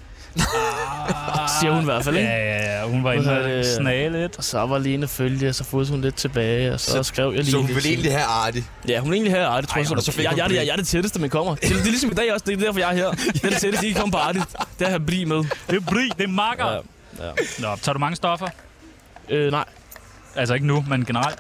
Speaker 3: siger hun i hvert fald, ikke?
Speaker 2: Ja, ja, ja. Hun var
Speaker 3: Hvad
Speaker 2: inde
Speaker 3: hedder
Speaker 2: og
Speaker 3: det?
Speaker 2: snage lidt.
Speaker 3: Og så var Lene følge, og så fodede hun lidt tilbage, og så,
Speaker 1: Så-
Speaker 3: så skrev jeg lige
Speaker 1: Så hun
Speaker 3: lidt
Speaker 1: vil
Speaker 3: til-
Speaker 1: egentlig have Artie.
Speaker 3: Ja, hun er egentlig her, Arte, tror
Speaker 2: Ej,
Speaker 3: jeg.
Speaker 2: og så
Speaker 3: Så
Speaker 2: fik
Speaker 3: jeg, jeg,
Speaker 2: hun
Speaker 3: jeg,
Speaker 2: blive.
Speaker 3: jeg, jeg er det tætteste, man kommer. Det, det er ligesom i dag også. Det er derfor, jeg er her. Det er *laughs* det tætteste, I kan komme på Arte. Det er her blive med.
Speaker 2: Det er bri, det er makker.
Speaker 3: Ja, ja.
Speaker 2: Nå, tager du mange stoffer?
Speaker 3: Øh, nej,
Speaker 2: Altså ikke nu, men generelt.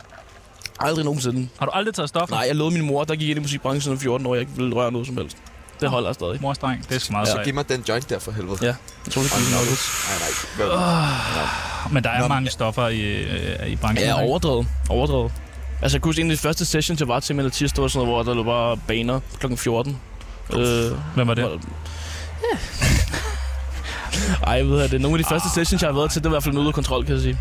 Speaker 3: aldrig nogensinde.
Speaker 2: Har du aldrig taget stoffer?
Speaker 3: Nej, jeg lovede min mor, der gik ind i musikbranchen som 14 år, jeg ikke ville røre noget som helst. Det holder jeg stadig.
Speaker 2: Morstreng, det er sgu meget
Speaker 1: Så
Speaker 2: sejt.
Speaker 1: giv mig den joint der for helvede.
Speaker 3: Ja. Jeg tror, det er noget.
Speaker 1: Nej, nej. Hvad-
Speaker 2: Men der er mange stoffer i, øh, i branchen.
Speaker 3: Ja,
Speaker 2: ikke?
Speaker 3: overdrevet. Overdrevet. Altså, jeg kunne huske, en af de første sessions, jeg var til med Latiste, var sådan noget, hvor der lå bare baner kl. 14. Øh,
Speaker 2: Hvem var det?
Speaker 3: Hold- ej, ved jeg det. Nogle af de første sessions, jeg har været til, det var i hvert fald en ude af kontrol, kan jeg sige.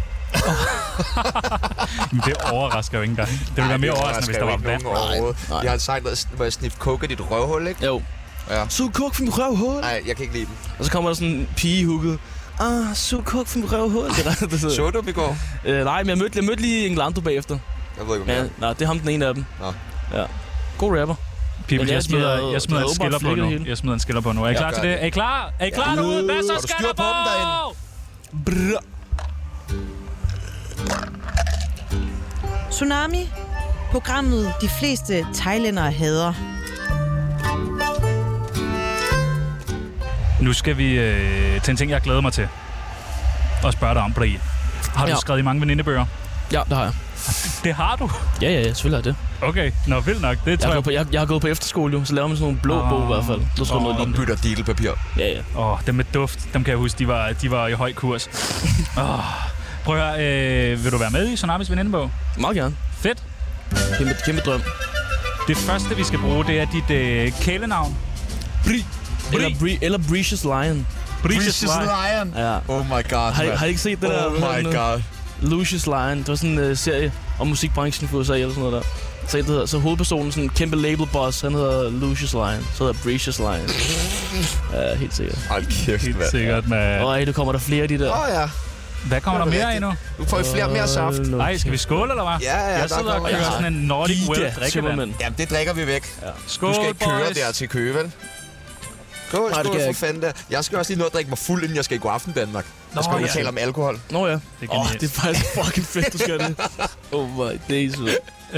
Speaker 2: Men det overrasker jo ikke engang. Det ville være mere overraskende, hvis der var vand.
Speaker 1: Nej. Jeg har sagt, at må jeg sniffe coke af dit røvhul, ikke?
Speaker 3: Jo.
Speaker 1: Ja.
Speaker 3: Sug kuk for mit røvhul.
Speaker 1: Nej, jeg kan ikke lide dem.
Speaker 3: Og så kommer der sådan en pige i hugget. Ah, sug kuk for mit røvhul. Det er der, der sidder.
Speaker 1: Så du dem i går?
Speaker 3: Øh, nej, men jeg mødte, jeg mødte lige en Glando bagefter.
Speaker 1: Jeg ved ikke,
Speaker 3: Ja,
Speaker 1: hvad
Speaker 3: ja. nej, det er ham den ene af dem.
Speaker 1: Nå.
Speaker 3: Ja. God rapper.
Speaker 2: People,
Speaker 3: Ja,
Speaker 2: jeg
Speaker 3: de
Speaker 2: smider,
Speaker 3: havde-
Speaker 2: jeg smider
Speaker 3: de
Speaker 2: en
Speaker 3: havde
Speaker 2: skiller
Speaker 3: åbenbart
Speaker 2: på
Speaker 3: flækket
Speaker 2: nu.
Speaker 3: det hele.
Speaker 2: Jeg smider en skiller på nu. Er I
Speaker 1: Ja,
Speaker 2: klar
Speaker 1: gør
Speaker 2: til det?
Speaker 1: det.
Speaker 2: Er I klar? Er I klar derude? Hvad så
Speaker 1: Har du
Speaker 2: skal
Speaker 1: styr
Speaker 2: der på?
Speaker 1: på dem derinde?
Speaker 3: Brr.
Speaker 6: Tsunami, programmet de fleste thailændere hader.
Speaker 2: Nu skal vi øh, til en ting, jeg glæder mig til. Og spørge dig om, Brie. Har du
Speaker 3: Ja.
Speaker 2: skrevet i mange venindebøger?
Speaker 3: Ja, det har jeg.
Speaker 2: Det har du.
Speaker 3: Ja, ja, ja, selvfølgelig har jeg det.
Speaker 2: Okay, nå vildt nok. Det
Speaker 3: Jeg
Speaker 2: tror
Speaker 3: har,
Speaker 2: jeg...
Speaker 3: gået på, jeg, jeg har gået på efterskole, jo, så laver man sådan nogle blå
Speaker 2: Ah.
Speaker 3: bog i hvert fald. Du tror jeg, noget
Speaker 2: Ah.
Speaker 1: Og
Speaker 3: lignende.
Speaker 1: bytter dealpapir.
Speaker 3: Ja, ja.
Speaker 2: Åh, oh, dem med duft, dem kan jeg huske, de var, de var i høj
Speaker 1: *laughs*
Speaker 2: kurs. oh. Prøv at høre, øh, vil du være med i Tsunamis venindebog?
Speaker 3: Meget gerne.
Speaker 2: Fedt.
Speaker 3: Kæmpe, kæmpe drøm.
Speaker 2: Det første, vi skal bruge, det er dit øh, kælenavn.
Speaker 3: Bri.
Speaker 2: Bri.
Speaker 3: Eller, Bri, eller Breach's Lion.
Speaker 2: Breaches Lion.
Speaker 1: Lion.
Speaker 3: Ja.
Speaker 1: Oh my god,
Speaker 3: Har, I-
Speaker 1: man.
Speaker 3: har I ikke set det der?
Speaker 1: Oh
Speaker 3: hvad hedder
Speaker 1: my
Speaker 3: den nu?
Speaker 1: god.
Speaker 3: Lucius Lion. Det var sådan en uh, serie om musikbranchen for USA eller sådan noget der. Så, det hedder, så hovedpersonen, sådan en kæmpe label boss, han hedder Lucius Lion. Så hedder Breaches Lion.
Speaker 1: *laughs*
Speaker 3: ja, helt sikkert.
Speaker 1: Hold kæft,
Speaker 2: Helt
Speaker 1: mand.
Speaker 2: sikkert, med.
Speaker 3: Øj, nu kommer der flere af de der.
Speaker 1: Åh ja,
Speaker 2: Hvad kommer der
Speaker 1: Det er
Speaker 2: mere af nu?
Speaker 1: rigtigt. nu får I flere mere saft.
Speaker 3: Hold nu
Speaker 2: Nej, skal vi
Speaker 3: kæft.
Speaker 2: skåle, eller hvad?
Speaker 1: Ja, ja,
Speaker 2: Jeg
Speaker 1: der
Speaker 2: sidder og
Speaker 1: kommer-
Speaker 2: kører
Speaker 1: Ja.
Speaker 2: sådan en Nordic World
Speaker 3: Giga
Speaker 2: drikkevand.
Speaker 3: Timmermand.
Speaker 1: Jamen, det drikker vi væk.
Speaker 2: Skål,
Speaker 1: Du skal ikke køre
Speaker 2: boys.
Speaker 1: der til Køge, vel? Skål,
Speaker 3: Nej, det
Speaker 1: skål
Speaker 3: kan
Speaker 1: for
Speaker 3: jeg ikke.
Speaker 1: fanden der. Jeg skal også lige nå at drikke mig fuld, inden jeg skal i god aften Danmark.
Speaker 2: Nå,
Speaker 1: Jeg skal jo
Speaker 2: ja.
Speaker 1: ikke tale om alkohol.
Speaker 3: Nå ja.
Speaker 2: Det er
Speaker 3: Åh, oh,
Speaker 2: genialt.
Speaker 3: det
Speaker 2: *laughs*
Speaker 3: er faktisk fucking fedt, du skal det. Oh my days, man.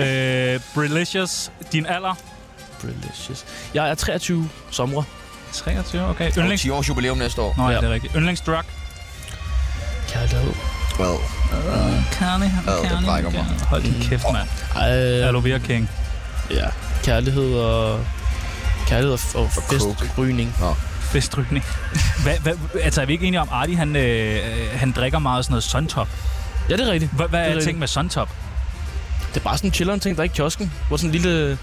Speaker 2: Øh, Brilicious, din alder?
Speaker 3: Delicious. Jeg er 23 sommer.
Speaker 2: 23, okay.
Speaker 1: Og
Speaker 2: Yndlings...
Speaker 1: 10 års jubilæum næste år.
Speaker 2: Nå, ja,
Speaker 3: Ja.
Speaker 2: det er rigtigt. Yndlingsdrug?
Speaker 3: Kærlighed.
Speaker 1: Well,
Speaker 2: Kærne,
Speaker 1: det kærne, brækker mig. kærne.
Speaker 2: Hold din kæft, mand.
Speaker 3: Ej,
Speaker 2: Aloe vera king.
Speaker 3: ja. Kærlighed og... Kærlighed og, og
Speaker 1: coke.
Speaker 3: festrygning.
Speaker 2: *laughs* Festrygning. Hvad, hvad, altså, er vi ikke enige om, Artie, han, øh, han drikker meget sådan noget suntop?
Speaker 3: Ja, det er rigtigt.
Speaker 2: Hvad, hvad
Speaker 3: Det er
Speaker 2: er
Speaker 3: rigtigt.
Speaker 2: ting med suntop?
Speaker 3: Det er bare sådan en chilleren ting, der er ikke kiosken. Hvor sådan en lille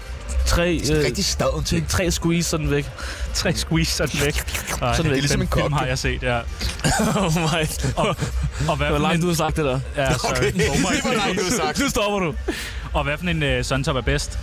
Speaker 3: tre, øh,
Speaker 1: rigtig staden til.
Speaker 3: sådan tre squeeze sådan væk.
Speaker 2: Tre squeeze sådan væk. Ej,
Speaker 3: væk. Det er
Speaker 1: ligesom
Speaker 2: den
Speaker 1: en kok,
Speaker 2: film har
Speaker 1: jo.
Speaker 2: jeg set, *laughs* ja.
Speaker 3: oh my.
Speaker 2: Og hvad
Speaker 3: Det var
Speaker 2: for
Speaker 3: langt,
Speaker 2: en...
Speaker 3: du har sagt det der.
Speaker 2: Ja, sorry.
Speaker 1: Okay,
Speaker 2: Oh my
Speaker 1: *laughs* det var langt ud sagt.
Speaker 3: Nu stopper du.
Speaker 2: Og hvad for en øh, suntop er bedst?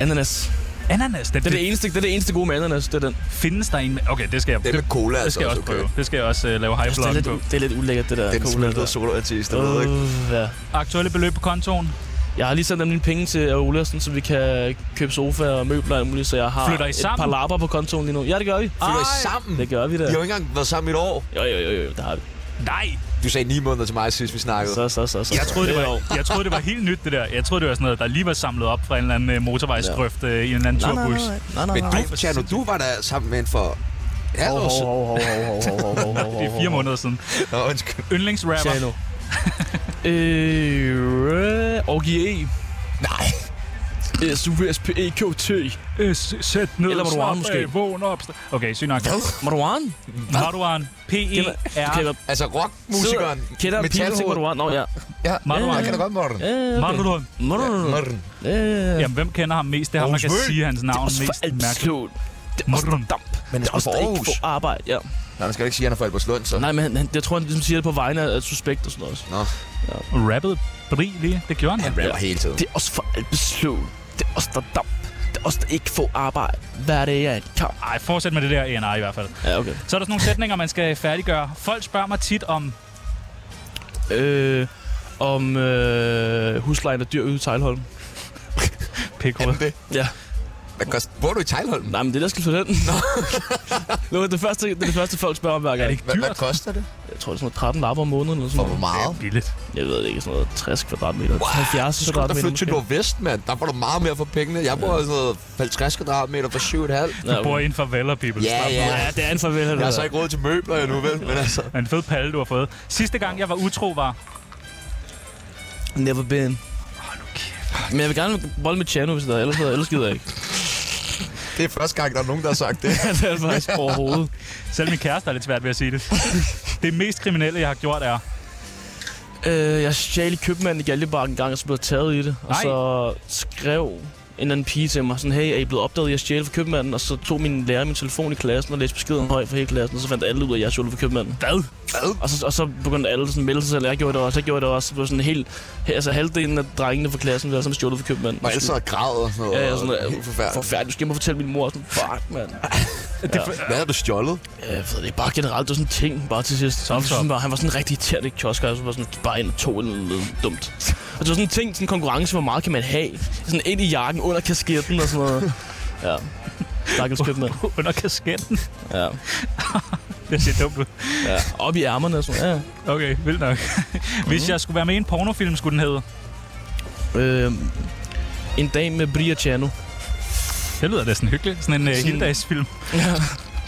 Speaker 3: Ananas.
Speaker 2: Ananas, den,
Speaker 3: Det er det,
Speaker 2: det,
Speaker 3: eneste, det er det eneste gode med ananas, det er den.
Speaker 2: findes der en med. Okay, det skal jeg,
Speaker 1: Det
Speaker 2: det,
Speaker 1: med cola,
Speaker 2: det
Speaker 1: altså
Speaker 2: skal jeg også
Speaker 1: okay. Altså,
Speaker 2: prøve. Det skal jeg også øh, lave high
Speaker 3: Det er,
Speaker 2: vlog
Speaker 3: lidt,
Speaker 2: på.
Speaker 3: u- det er lidt ulækkert, det der.
Speaker 1: Den
Speaker 3: cola
Speaker 1: smeltede
Speaker 3: der.
Speaker 1: solo til i stedet, ved ikke?
Speaker 3: Øh, ja.
Speaker 2: Aktuelle beløb på kontoen.
Speaker 3: Jeg har lige sendt dem mine penge til Ole, sådan, så vi kan købe sofaer og møbler og alt muligt, så jeg har
Speaker 2: Flytter I
Speaker 3: et
Speaker 2: sammen?
Speaker 3: par lapper på kontoen lige nu. Ja, det gør vi.
Speaker 1: Flytter I
Speaker 2: Ej.
Speaker 1: sammen?
Speaker 3: Det gør vi da.
Speaker 1: Vi har jo ikke engang været sammen i et år.
Speaker 3: Jo, jo, jo, jo, det har vi.
Speaker 2: Nej,
Speaker 1: Du sagde ni måneder til mig, sidst vi snakkede.
Speaker 3: Så, så, så, så.
Speaker 2: jeg troede, det var, jeg troede, det var helt nyt, det der. Jeg troede, det var sådan noget, der lige var samlet op fra en eller anden øh, motorvejsgrøft øh, i en eller anden
Speaker 3: Nej, nej,
Speaker 2: turbus.
Speaker 3: nej, nej, nej,
Speaker 1: Men
Speaker 3: nej.
Speaker 1: du,
Speaker 2: hvor
Speaker 1: Tjerno, du var der sammen med en for... Ja,
Speaker 3: Hov,
Speaker 1: oh,
Speaker 3: hov, hov, hov, hov, hov, hov, hov, hov, hov.
Speaker 2: Det er fire måneder siden.
Speaker 1: oh, undskyld.
Speaker 2: Yndlingsrapper.
Speaker 3: Tjano. øh, Orgie E.
Speaker 1: Nej.
Speaker 3: S-U-S-P-E-K-T.
Speaker 2: Øh, s- Sæt ned,
Speaker 3: Eller Marwan
Speaker 2: slap af,
Speaker 3: måske.
Speaker 2: vågn op. st- Okay, syg nok.
Speaker 3: Marwan?
Speaker 2: Marwan. P-E-R.
Speaker 1: Altså rockmusikeren.
Speaker 3: Kender
Speaker 1: med
Speaker 3: pigen til
Speaker 1: talhoved.
Speaker 3: Marwan? Nå, ja.
Speaker 1: Ja,
Speaker 2: Marwan.
Speaker 1: jeg kender godt Morten.
Speaker 3: Ja, okay.
Speaker 2: Marwan.
Speaker 3: Marwan.
Speaker 1: Morten.
Speaker 3: Ja, ja, ja.
Speaker 2: Jamen, hvem kender ham mest? Det er ham, man
Speaker 1: Mogens
Speaker 2: kan
Speaker 1: Møhl.
Speaker 2: sige hans navn
Speaker 3: Også for
Speaker 2: mest
Speaker 3: alt
Speaker 2: mærkeligt.
Speaker 3: slået. Det er også damp.
Speaker 1: Men
Speaker 3: Det er også
Speaker 1: for
Speaker 3: ikke
Speaker 1: Aarhus.
Speaker 3: få arbejde, ja.
Speaker 1: Nej, man skal ikke sige, at han er fra Albertslund, så...
Speaker 3: Nej, men han, han, jeg tror, han ligesom siger det på vegne af suspekt og sådan noget.
Speaker 1: Nå,
Speaker 2: Rappet Bri lige. Det gjorde han.
Speaker 1: han rapper hele tiden.
Speaker 3: Det er også for albesløv. Det er også der er damp. Det er også der ikke få arbejde. Hvad er det, jeg er en kamp?
Speaker 2: Ej, fortsæt med det der ENR i hvert fald.
Speaker 3: Ja, okay.
Speaker 2: Så er der sådan nogle sætninger, man skal færdiggøre. Folk spørger mig tit om...
Speaker 3: Øh, om øh, huslejen er dyr ude i Tejlholm.
Speaker 2: Pik
Speaker 1: Er den det?
Speaker 3: Ja.
Speaker 1: Hvad kost... Bor du i Tejlholm?
Speaker 3: Nej, men det er der skal for den. *laughs* Nå, det, er det, første, det er det første, folk spørger om hver gang.
Speaker 2: Er det ikke
Speaker 1: Hvad, hvad
Speaker 2: dyrt?
Speaker 1: koster det?
Speaker 3: Jeg tror, det er sådan noget 13 lapper om måneden eller
Speaker 1: Og hvor
Speaker 3: sådan noget.
Speaker 1: meget?
Speaker 2: Billigt.
Speaker 3: Jeg ved det ikke, sådan noget 60 kvadratmeter. 70
Speaker 1: Så skulle du da
Speaker 3: kvadratmeter.
Speaker 1: flytte til
Speaker 3: måske.
Speaker 1: Nordvest, mand. Der får du meget mere for pengene. Jeg bor sådan noget 50 kvadratmeter for 7,5.
Speaker 3: Ja,
Speaker 2: Du bor
Speaker 3: okay.
Speaker 2: i en favela, people.
Speaker 1: Ja,
Speaker 2: Slap
Speaker 1: ja.
Speaker 2: nu af.
Speaker 3: Ja, det er en farvel.
Speaker 1: Jeg har så ikke råd til møbler endnu, vel? Men altså...
Speaker 2: Men en fed palle, du har fået. Sidste gang, jeg var utro, var...
Speaker 3: Never been. Men jeg vil gerne bolle med Chano, hvis det er, ellers, ellers gider jeg ikke.
Speaker 1: Det er første gang, der er nogen, der har sagt det.
Speaker 3: det er faktisk overhovedet.
Speaker 2: Selv min kæreste er lidt svært ved at sige det. det mest kriminelle, jeg har gjort, er...
Speaker 3: Øh, jeg stjal i købmanden i Galjebark en gang, og så blev jeg taget i det. Og
Speaker 2: Nej.
Speaker 3: så skrev en eller anden pige til mig, sådan, hey, er I blevet opdaget, i at stjæle fra købmanden? Og så tog min lærer min telefon i klassen og læste beskeden højt for hele klassen, og så fandt alle ud af, at jeg stjal fra købmanden.
Speaker 2: Hvad?
Speaker 3: Og så, og så begyndte alle sådan at melde sig selv, jeg gjorde det også, jeg gjorde det også. Så blev sådan helt, altså halvdelen af drengene fra klassen var sådan stjålet fra købmanden.
Speaker 1: Og ellers så græd og sådan noget.
Speaker 3: Ja, jeg er sådan,
Speaker 1: Helt forfærdeligt.
Speaker 3: Forfærdeligt. Du skal hjem og fortælle min mor, sådan, fuck, mand.
Speaker 2: Det, ja.
Speaker 1: Hvad har du stjålet?
Speaker 3: Jeg ved det, bare generelt, det var sådan en ting, bare til sidst. Så,
Speaker 2: så.
Speaker 3: sådan, var, han var sådan en rigtig irriterende kiosker, og så var sådan, bare en og to eller noget dumt. Og det var sådan en ting, sådan en konkurrence, hvor meget kan man have? Sådan ind i jakken, under kasketten og sådan noget. Ja. Stakkels købmand.
Speaker 2: Under kasketten.
Speaker 3: Ja.
Speaker 2: Det ser dumt ud.
Speaker 3: ja. Op i ærmerne og sådan noget.
Speaker 2: Okay, vildt nok. Hvis jeg skulle være med i en pornofilm, skulle den hedde...
Speaker 3: Ja. Øh, en dag med Bria Chano.
Speaker 2: Det lyder næsten hyggeligt. Sådan en uh,
Speaker 3: Sådan-
Speaker 2: hildagsfilm.
Speaker 3: Ja.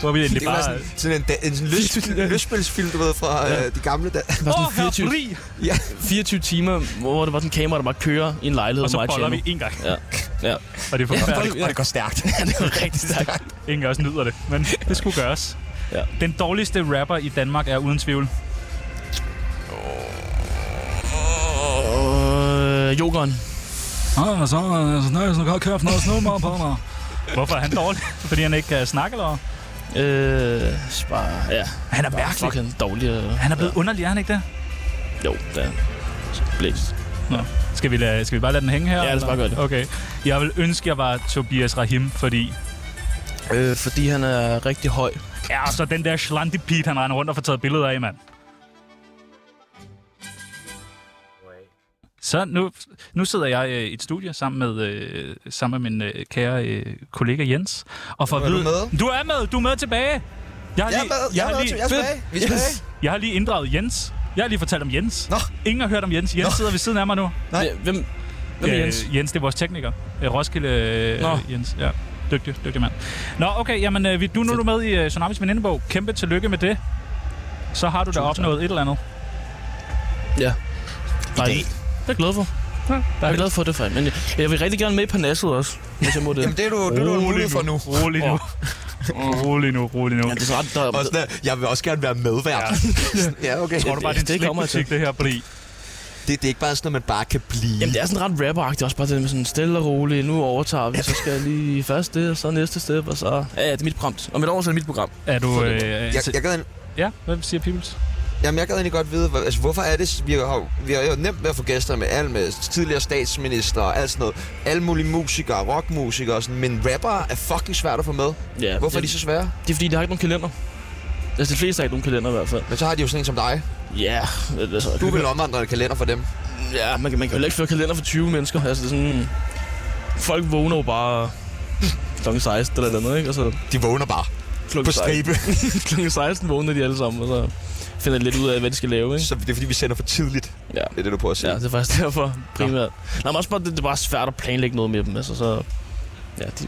Speaker 2: Hvor vi egentlig
Speaker 1: Det var
Speaker 2: bare...
Speaker 1: sådan, sådan en, da- en sådan *laughs* lyst, lystspilsfilm, du ved, fra øh, de gamle dage.
Speaker 3: Det var
Speaker 2: Åh,
Speaker 3: sådan
Speaker 2: oh, herre
Speaker 3: 24,
Speaker 2: Bri!
Speaker 3: 24 timer, hvor der var sådan en kamera, der bare kører i en lejlighed.
Speaker 2: Og så
Speaker 3: med Maja
Speaker 2: boller
Speaker 3: Ciano.
Speaker 2: vi en gang.
Speaker 3: Ja. Ja.
Speaker 2: Og det er forfærdeligt.
Speaker 1: Og det går stærkt.
Speaker 3: *laughs* ja, det var
Speaker 2: *laughs*
Speaker 3: rigtig stærkt.
Speaker 2: Ingen af os nyder det, men det skulle gøres.
Speaker 3: Ja.
Speaker 2: Den dårligste rapper i Danmark er uden tvivl.
Speaker 3: Øh, Jokeren.
Speaker 2: Ah, så er sådan godt kørt noget snummer på mig. Hvorfor er han dårlig? *laughs* Fordi han ikke kan snakke, eller hvad?
Speaker 3: Øh, bare, ja.
Speaker 2: Han er mærkelig.
Speaker 3: Fucking dårlig. øh,
Speaker 2: Han er blevet underlig, er han ikke det?
Speaker 3: Jo, det er blæst.
Speaker 2: Nå. Skal vi, lade, skal vi bare lade den hænge her?
Speaker 3: Ja, lad os
Speaker 2: eller?
Speaker 3: bare gøre det.
Speaker 2: Okay. Jeg vil ønske, jeg var Tobias Rahim, fordi...
Speaker 3: Øh, fordi han er rigtig høj.
Speaker 2: Ja, så den der slantipit, han render rundt og får taget billeder af, mand. Så nu, nu sidder jeg øh, i et studie sammen med, øh, sammen med min øh, kære øh, kollega Jens. Og for at
Speaker 1: er du
Speaker 2: vide...
Speaker 1: med?
Speaker 2: Du er med! Du er med tilbage! Jeg har
Speaker 1: Jeg er
Speaker 2: lige,
Speaker 1: med, jeg
Speaker 2: jeg
Speaker 1: er
Speaker 2: har
Speaker 1: med,
Speaker 2: lige,
Speaker 1: jeg er tilbage. Vi er tilbage.
Speaker 2: jeg har lige inddraget Jens. Jeg har lige fortalt om Jens.
Speaker 1: Nå.
Speaker 2: Ingen har hørt om Jens. Jens
Speaker 1: Nå.
Speaker 2: sidder ved siden af mig nu.
Speaker 1: Nej.
Speaker 3: Hvem, hvem er
Speaker 2: Øh,
Speaker 3: Jens?
Speaker 2: Jens, det er vores tekniker. Øh, Roskilde øh,
Speaker 3: Nå.
Speaker 2: Jens. Ja. Dygtig, dygtig mand. Nå, okay, jamen, øh, vi- du, nu er du med i øh, Tsunamis venindebog. Kæmpe tillykke med det. Så har du da opnået et eller andet.
Speaker 3: Ja. Nej, det er jeg glad for. Jeg er glad for det, for men jeg, jeg vil rigtig gerne med på Nasset også, hvis jeg må det.
Speaker 1: Jamen, det er du, det er du en mulighed for nu.
Speaker 2: Rolig
Speaker 3: *laughs*
Speaker 2: nu. Rolig nu, rolig nu.
Speaker 3: Ja, det er så ret, der,
Speaker 1: Og sådan, jeg vil også gerne være medvært. *laughs* Ja, okay.
Speaker 2: Tror du bare, det er en
Speaker 3: det kommer jeg til.
Speaker 2: slikbutik, det her, fordi...
Speaker 1: Det, det er ikke bare sådan, at man bare kan blive.
Speaker 3: Jamen, det er sådan ret rapperagtigt også, bare det med sådan stille og roligt. Nu overtager vi, så skal jeg lige først det, og så næste step, og så... Ja, ja, det er mit program. Om et år, så er det mit program.
Speaker 2: Er du... Øh,
Speaker 1: Jeg,
Speaker 2: til-
Speaker 1: jeg gad, en-
Speaker 2: Ja, hvad siger Pibels?
Speaker 1: jamen, jeg gad egentlig godt vide, hvor, altså, hvorfor er det, vi har, jo- vi har jo nemt ved at få gæster med, alle med tidligere statsminister og alt sådan noget. Alle mulige musikere, rockmusikere og sådan, men rappere er fucking svært at få med.
Speaker 3: Ja,
Speaker 1: Hvorfor er
Speaker 3: det,
Speaker 1: de så svære?
Speaker 3: Det er fordi, de har ikke nogen kalender. Altså, de fleste har ikke nogen kalender i hvert fald.
Speaker 1: Men så har de jo sådan en som dig.
Speaker 3: Ja, yeah, altså...
Speaker 1: Du vil omvandre en kalender for dem.
Speaker 3: Ja, man, kan- man kan jo heller ikke føre kalender for 20 mennesker. Altså, det er sådan... Folk vågner jo bare kl. 16 eller noget, ikke? Og så
Speaker 1: De vågner bare på
Speaker 3: klokken
Speaker 2: *laughs*
Speaker 3: *laughs*
Speaker 1: stribe.
Speaker 3: kl. 16 vågner de alle sammen, og så finder de lidt ud af, hvad de skal lave, ikke?
Speaker 1: Så det er fordi, vi sender for tidligt.
Speaker 3: Ja.
Speaker 1: Det er det, du prøver at sige.
Speaker 3: Ja, det er faktisk derfor primært. Nej, men også bare, det, det er bare svært at planlægge noget med dem, altså så... Ja, de,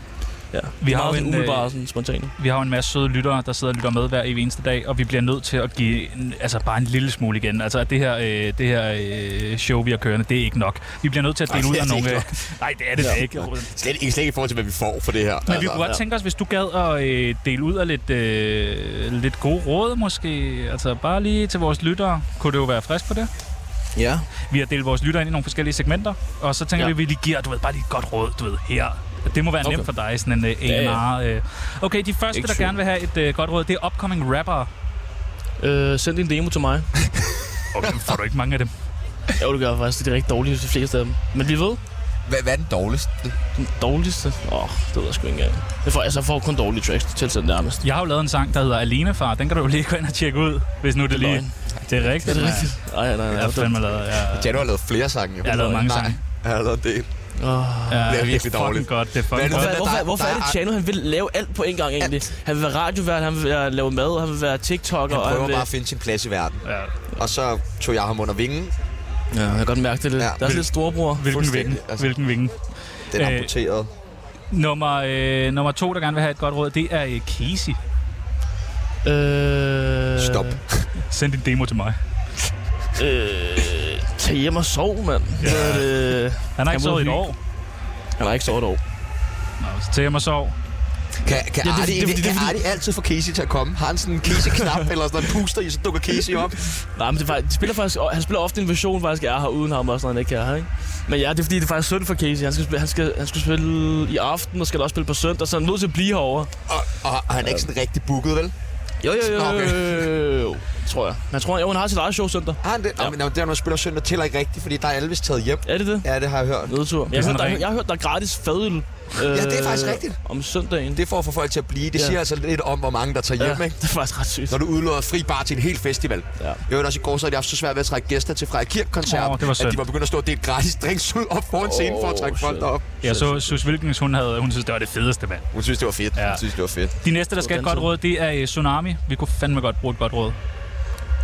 Speaker 3: ja.
Speaker 2: Vi har jo
Speaker 3: meget
Speaker 2: en,
Speaker 3: sådan umiddelbare,
Speaker 2: øh,
Speaker 3: sådan spontane.
Speaker 2: Vi har jo en masse søde lyttere, der sidder og lytter med hver evig eneste dag, og vi bliver nødt til at give en, altså bare en lille smule igen. Altså at det her, øh, det her øh, show, vi har kørende, det er ikke nok. Vi bliver nødt til at dele
Speaker 1: Nej,
Speaker 2: ud
Speaker 1: det er
Speaker 2: af
Speaker 1: det
Speaker 2: nogle...
Speaker 1: ikke
Speaker 2: øh, *laughs* Nej, det er det da ikke. Men
Speaker 1: Slet ikke, slet ikke i forhold til, hvad vi får for det her.
Speaker 2: vi kunne godt
Speaker 3: ja.
Speaker 2: tænke os, hvis du gad at øh, dele ud af lidt, øh, lidt gode råd måske. Altså bare lige til vores lyttere. Kunne det jo være frisk på det?
Speaker 3: Ja.
Speaker 2: Vi har delt vores lyttere ind i nogle forskellige segmenter, og så tænker ja.
Speaker 3: Ja.
Speaker 2: vi, at vi lige giver, du ved, bare lige et godt råd, du ved, her. Det må være okay.
Speaker 1: Okay.
Speaker 2: nemt for dig, sådan en uh,
Speaker 3: Ja, ja.
Speaker 2: A&R. Øh. Okay, de første,
Speaker 1: Ikke
Speaker 2: der
Speaker 1: tvivl.
Speaker 2: gerne vil have et øh, godt råd, det er upcoming rapper.
Speaker 3: Øh, send din demo til mig.
Speaker 2: Okay, får du ikke mange af dem?
Speaker 3: Jo, det gør jeg faktisk. Det er de rigtig dårlige, de fleste af dem. Men vi ved,
Speaker 1: Hvad, hvad er den dårligste?
Speaker 3: den dårligste... Åh, oh, det ved jeg sgu ikke engang. Jeg får, altså, jeg får kun dårlige tracks tilsendt nærmest.
Speaker 2: Jeg har jo lavet en sang, der hedder Alene Far. Den kan du jo lige gå ind og tjekke ud, hvis nu det,
Speaker 3: er
Speaker 2: lige...
Speaker 3: løgn.
Speaker 2: Det er rigtigt.
Speaker 3: Er det rigtigt? Nej, nej, nej.
Speaker 2: Jeg har fandme lavet... Jeg,
Speaker 9: Jano har lavet flere sange, jo.
Speaker 2: jeg har lavet mange
Speaker 9: Nej,
Speaker 2: sange.
Speaker 9: jeg har lavet en del.
Speaker 3: Oh.
Speaker 2: Ja,
Speaker 9: Det er virkelig
Speaker 2: fucking
Speaker 9: dårligt.
Speaker 2: godt. Det er fucking
Speaker 9: Hvad er
Speaker 2: godt.
Speaker 9: det,
Speaker 3: Hvorfor,
Speaker 9: der-
Speaker 3: hvorfor, hvorfor er det
Speaker 9: der er-
Speaker 3: Chano, han vil lave alt på en gang egentlig? Han vil være radiovært, han vil være, lave mad, han vil være TikToker,
Speaker 1: Han
Speaker 3: og
Speaker 1: prøver
Speaker 3: han vil...
Speaker 1: bare at finde sin plads i verden.
Speaker 2: Ja.
Speaker 1: Og så tog jeg ham under vingen.
Speaker 3: Ja, jeg kan godt mærke det lidt.
Speaker 1: Ja.
Speaker 3: Ja, der er også lidt storebror.
Speaker 2: Hvilken
Speaker 1: Fuldstændig,
Speaker 2: vinge?
Speaker 1: altså.
Speaker 2: Hvilken vinge?
Speaker 1: Den
Speaker 2: Øh.
Speaker 1: amputerede.
Speaker 2: Nummer, øh, nummer to, der gerne vil have et godt råd, det er øh, Casey.
Speaker 3: Øh,
Speaker 1: Stop.
Speaker 2: Send din demo til mig.
Speaker 3: Øh, tag hjem og sov, mand. Ja. Øh,
Speaker 2: Han har
Speaker 3: Han
Speaker 2: ikke
Speaker 3: må
Speaker 2: sovet i et
Speaker 3: hygge.
Speaker 2: år.
Speaker 3: han har ikke sovet over.
Speaker 2: Nå, så tag hjem og sov.
Speaker 1: Kan, kan,
Speaker 3: det er
Speaker 1: ja,
Speaker 3: fordi-
Speaker 1: Arti,
Speaker 3: det er fordi-
Speaker 1: det,
Speaker 3: det er
Speaker 1: kan
Speaker 3: fordi-
Speaker 1: Arti altid få Casey til at komme? Har han sådan en
Speaker 3: *laughs*
Speaker 1: Casey-knap eller sådan en puster i, så dukker Casey op?
Speaker 3: Nej, men det er, faktisk- de spiller faktisk, han spiller ofte en version, faktisk, jeg er her uden ham, og sådan noget, han ikke er her, ikke? Men ja, det er fordi, det er faktisk synd for Casey. Han skal, spille, han skal, han skal spille i aften, og skal også spille på søndag, så han er nødt til at blive herovre.
Speaker 1: Og, og, og han er ikke sådan rigtig booket, vel?
Speaker 3: Jo, jo, jo,
Speaker 1: Okay.
Speaker 3: jo, jo, jo, Ah, *laughs* tror jeg. Men jeg tror, jo, han har sit eget show søndag.
Speaker 1: Har han det? Ja.
Speaker 3: Ja.
Speaker 1: Nå, men nå, det er, når man spiller søndag, tæller ikke rigtigt, fordi der er Elvis taget hjem.
Speaker 3: Er det det?
Speaker 1: Ja, det har jeg hørt.
Speaker 3: Nødtur. Jeg,
Speaker 2: er
Speaker 3: har
Speaker 2: sådan
Speaker 3: hørt, der,
Speaker 2: ren-
Speaker 3: jeg har hørt, der er gratis fadøl. Øh,
Speaker 1: Ja, det er faktisk rigtigt.
Speaker 3: Om søndagen.
Speaker 1: Det er for at få folk til at blive. Det
Speaker 3: Ja.
Speaker 1: siger altså lidt om, hvor mange der tager hjem,
Speaker 3: ja,
Speaker 1: ikke?
Speaker 3: det er faktisk ret sygt.
Speaker 1: Når du udlåder fri bar til en hel festival.
Speaker 3: Ja.
Speaker 1: Jeg hørte også i går, så havde de haft så svært ved at trække gæster til Freja Kirk-koncert,
Speaker 2: Åh, det var synd.
Speaker 1: at de var begyndt at stå og dele gratis drinks ud op foran oh, scenen for at trække
Speaker 3: Åh,
Speaker 1: folk
Speaker 3: shit.
Speaker 1: derop.
Speaker 2: Jeg så Sus Wilkins, hun, havde, hun synes, det var det fedeste, mand.
Speaker 1: Hun synes, det var fedt.
Speaker 2: Ja.
Speaker 1: Ja. Hun synes, det var fedt.
Speaker 2: De næste, der skal have et
Speaker 3: den
Speaker 2: godt
Speaker 3: tid.
Speaker 2: råd, det er øh, Tsunami. Vi kunne fandme godt bruge et godt råd.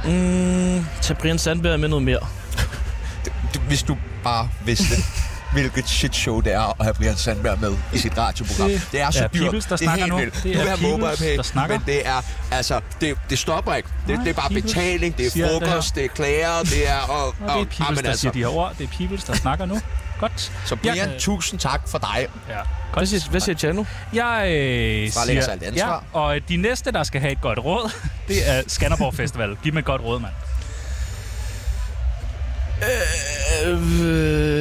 Speaker 3: Mm, tag Brian Sandberg med noget mere.
Speaker 1: Du, hvis du bare
Speaker 2: *laughs*
Speaker 1: vidste, hvilket shit show det er at have Brian Sandberg med i sit radioprogram.
Speaker 2: Det
Speaker 1: Det er så
Speaker 2: er
Speaker 1: dyrt.
Speaker 2: Peoples, der
Speaker 1: det er
Speaker 2: snakker
Speaker 1: helt
Speaker 2: nu.
Speaker 1: vildt.
Speaker 2: Det
Speaker 1: Du
Speaker 2: er
Speaker 1: vil have
Speaker 2: Peoples,
Speaker 1: mobile pay,
Speaker 2: der snakker.
Speaker 1: Men det er, altså, det, det stopper ikke. Det,
Speaker 2: Nej,
Speaker 1: det er bare
Speaker 2: Peoples
Speaker 1: betaling, det
Speaker 2: siger
Speaker 1: er
Speaker 2: det her.
Speaker 1: frokost, det, er klager, det er... Og, og,
Speaker 2: Og det er Peoples,
Speaker 1: ah, men
Speaker 2: der siger de her ord. Det er Peoples, der snakker nu. Godt.
Speaker 1: Så Brian,
Speaker 2: Jeg- øh,
Speaker 1: tusind tak for dig.
Speaker 2: Ja.
Speaker 3: Hvad siger, hvad siger Chano?
Speaker 2: Jeg øh,
Speaker 1: Bare lægger sig alt ansvar.
Speaker 2: Ja, og øh, de næste, der skal have et godt råd, *laughs* det er Skanderborg Festival. Giv mig et godt råd, mand.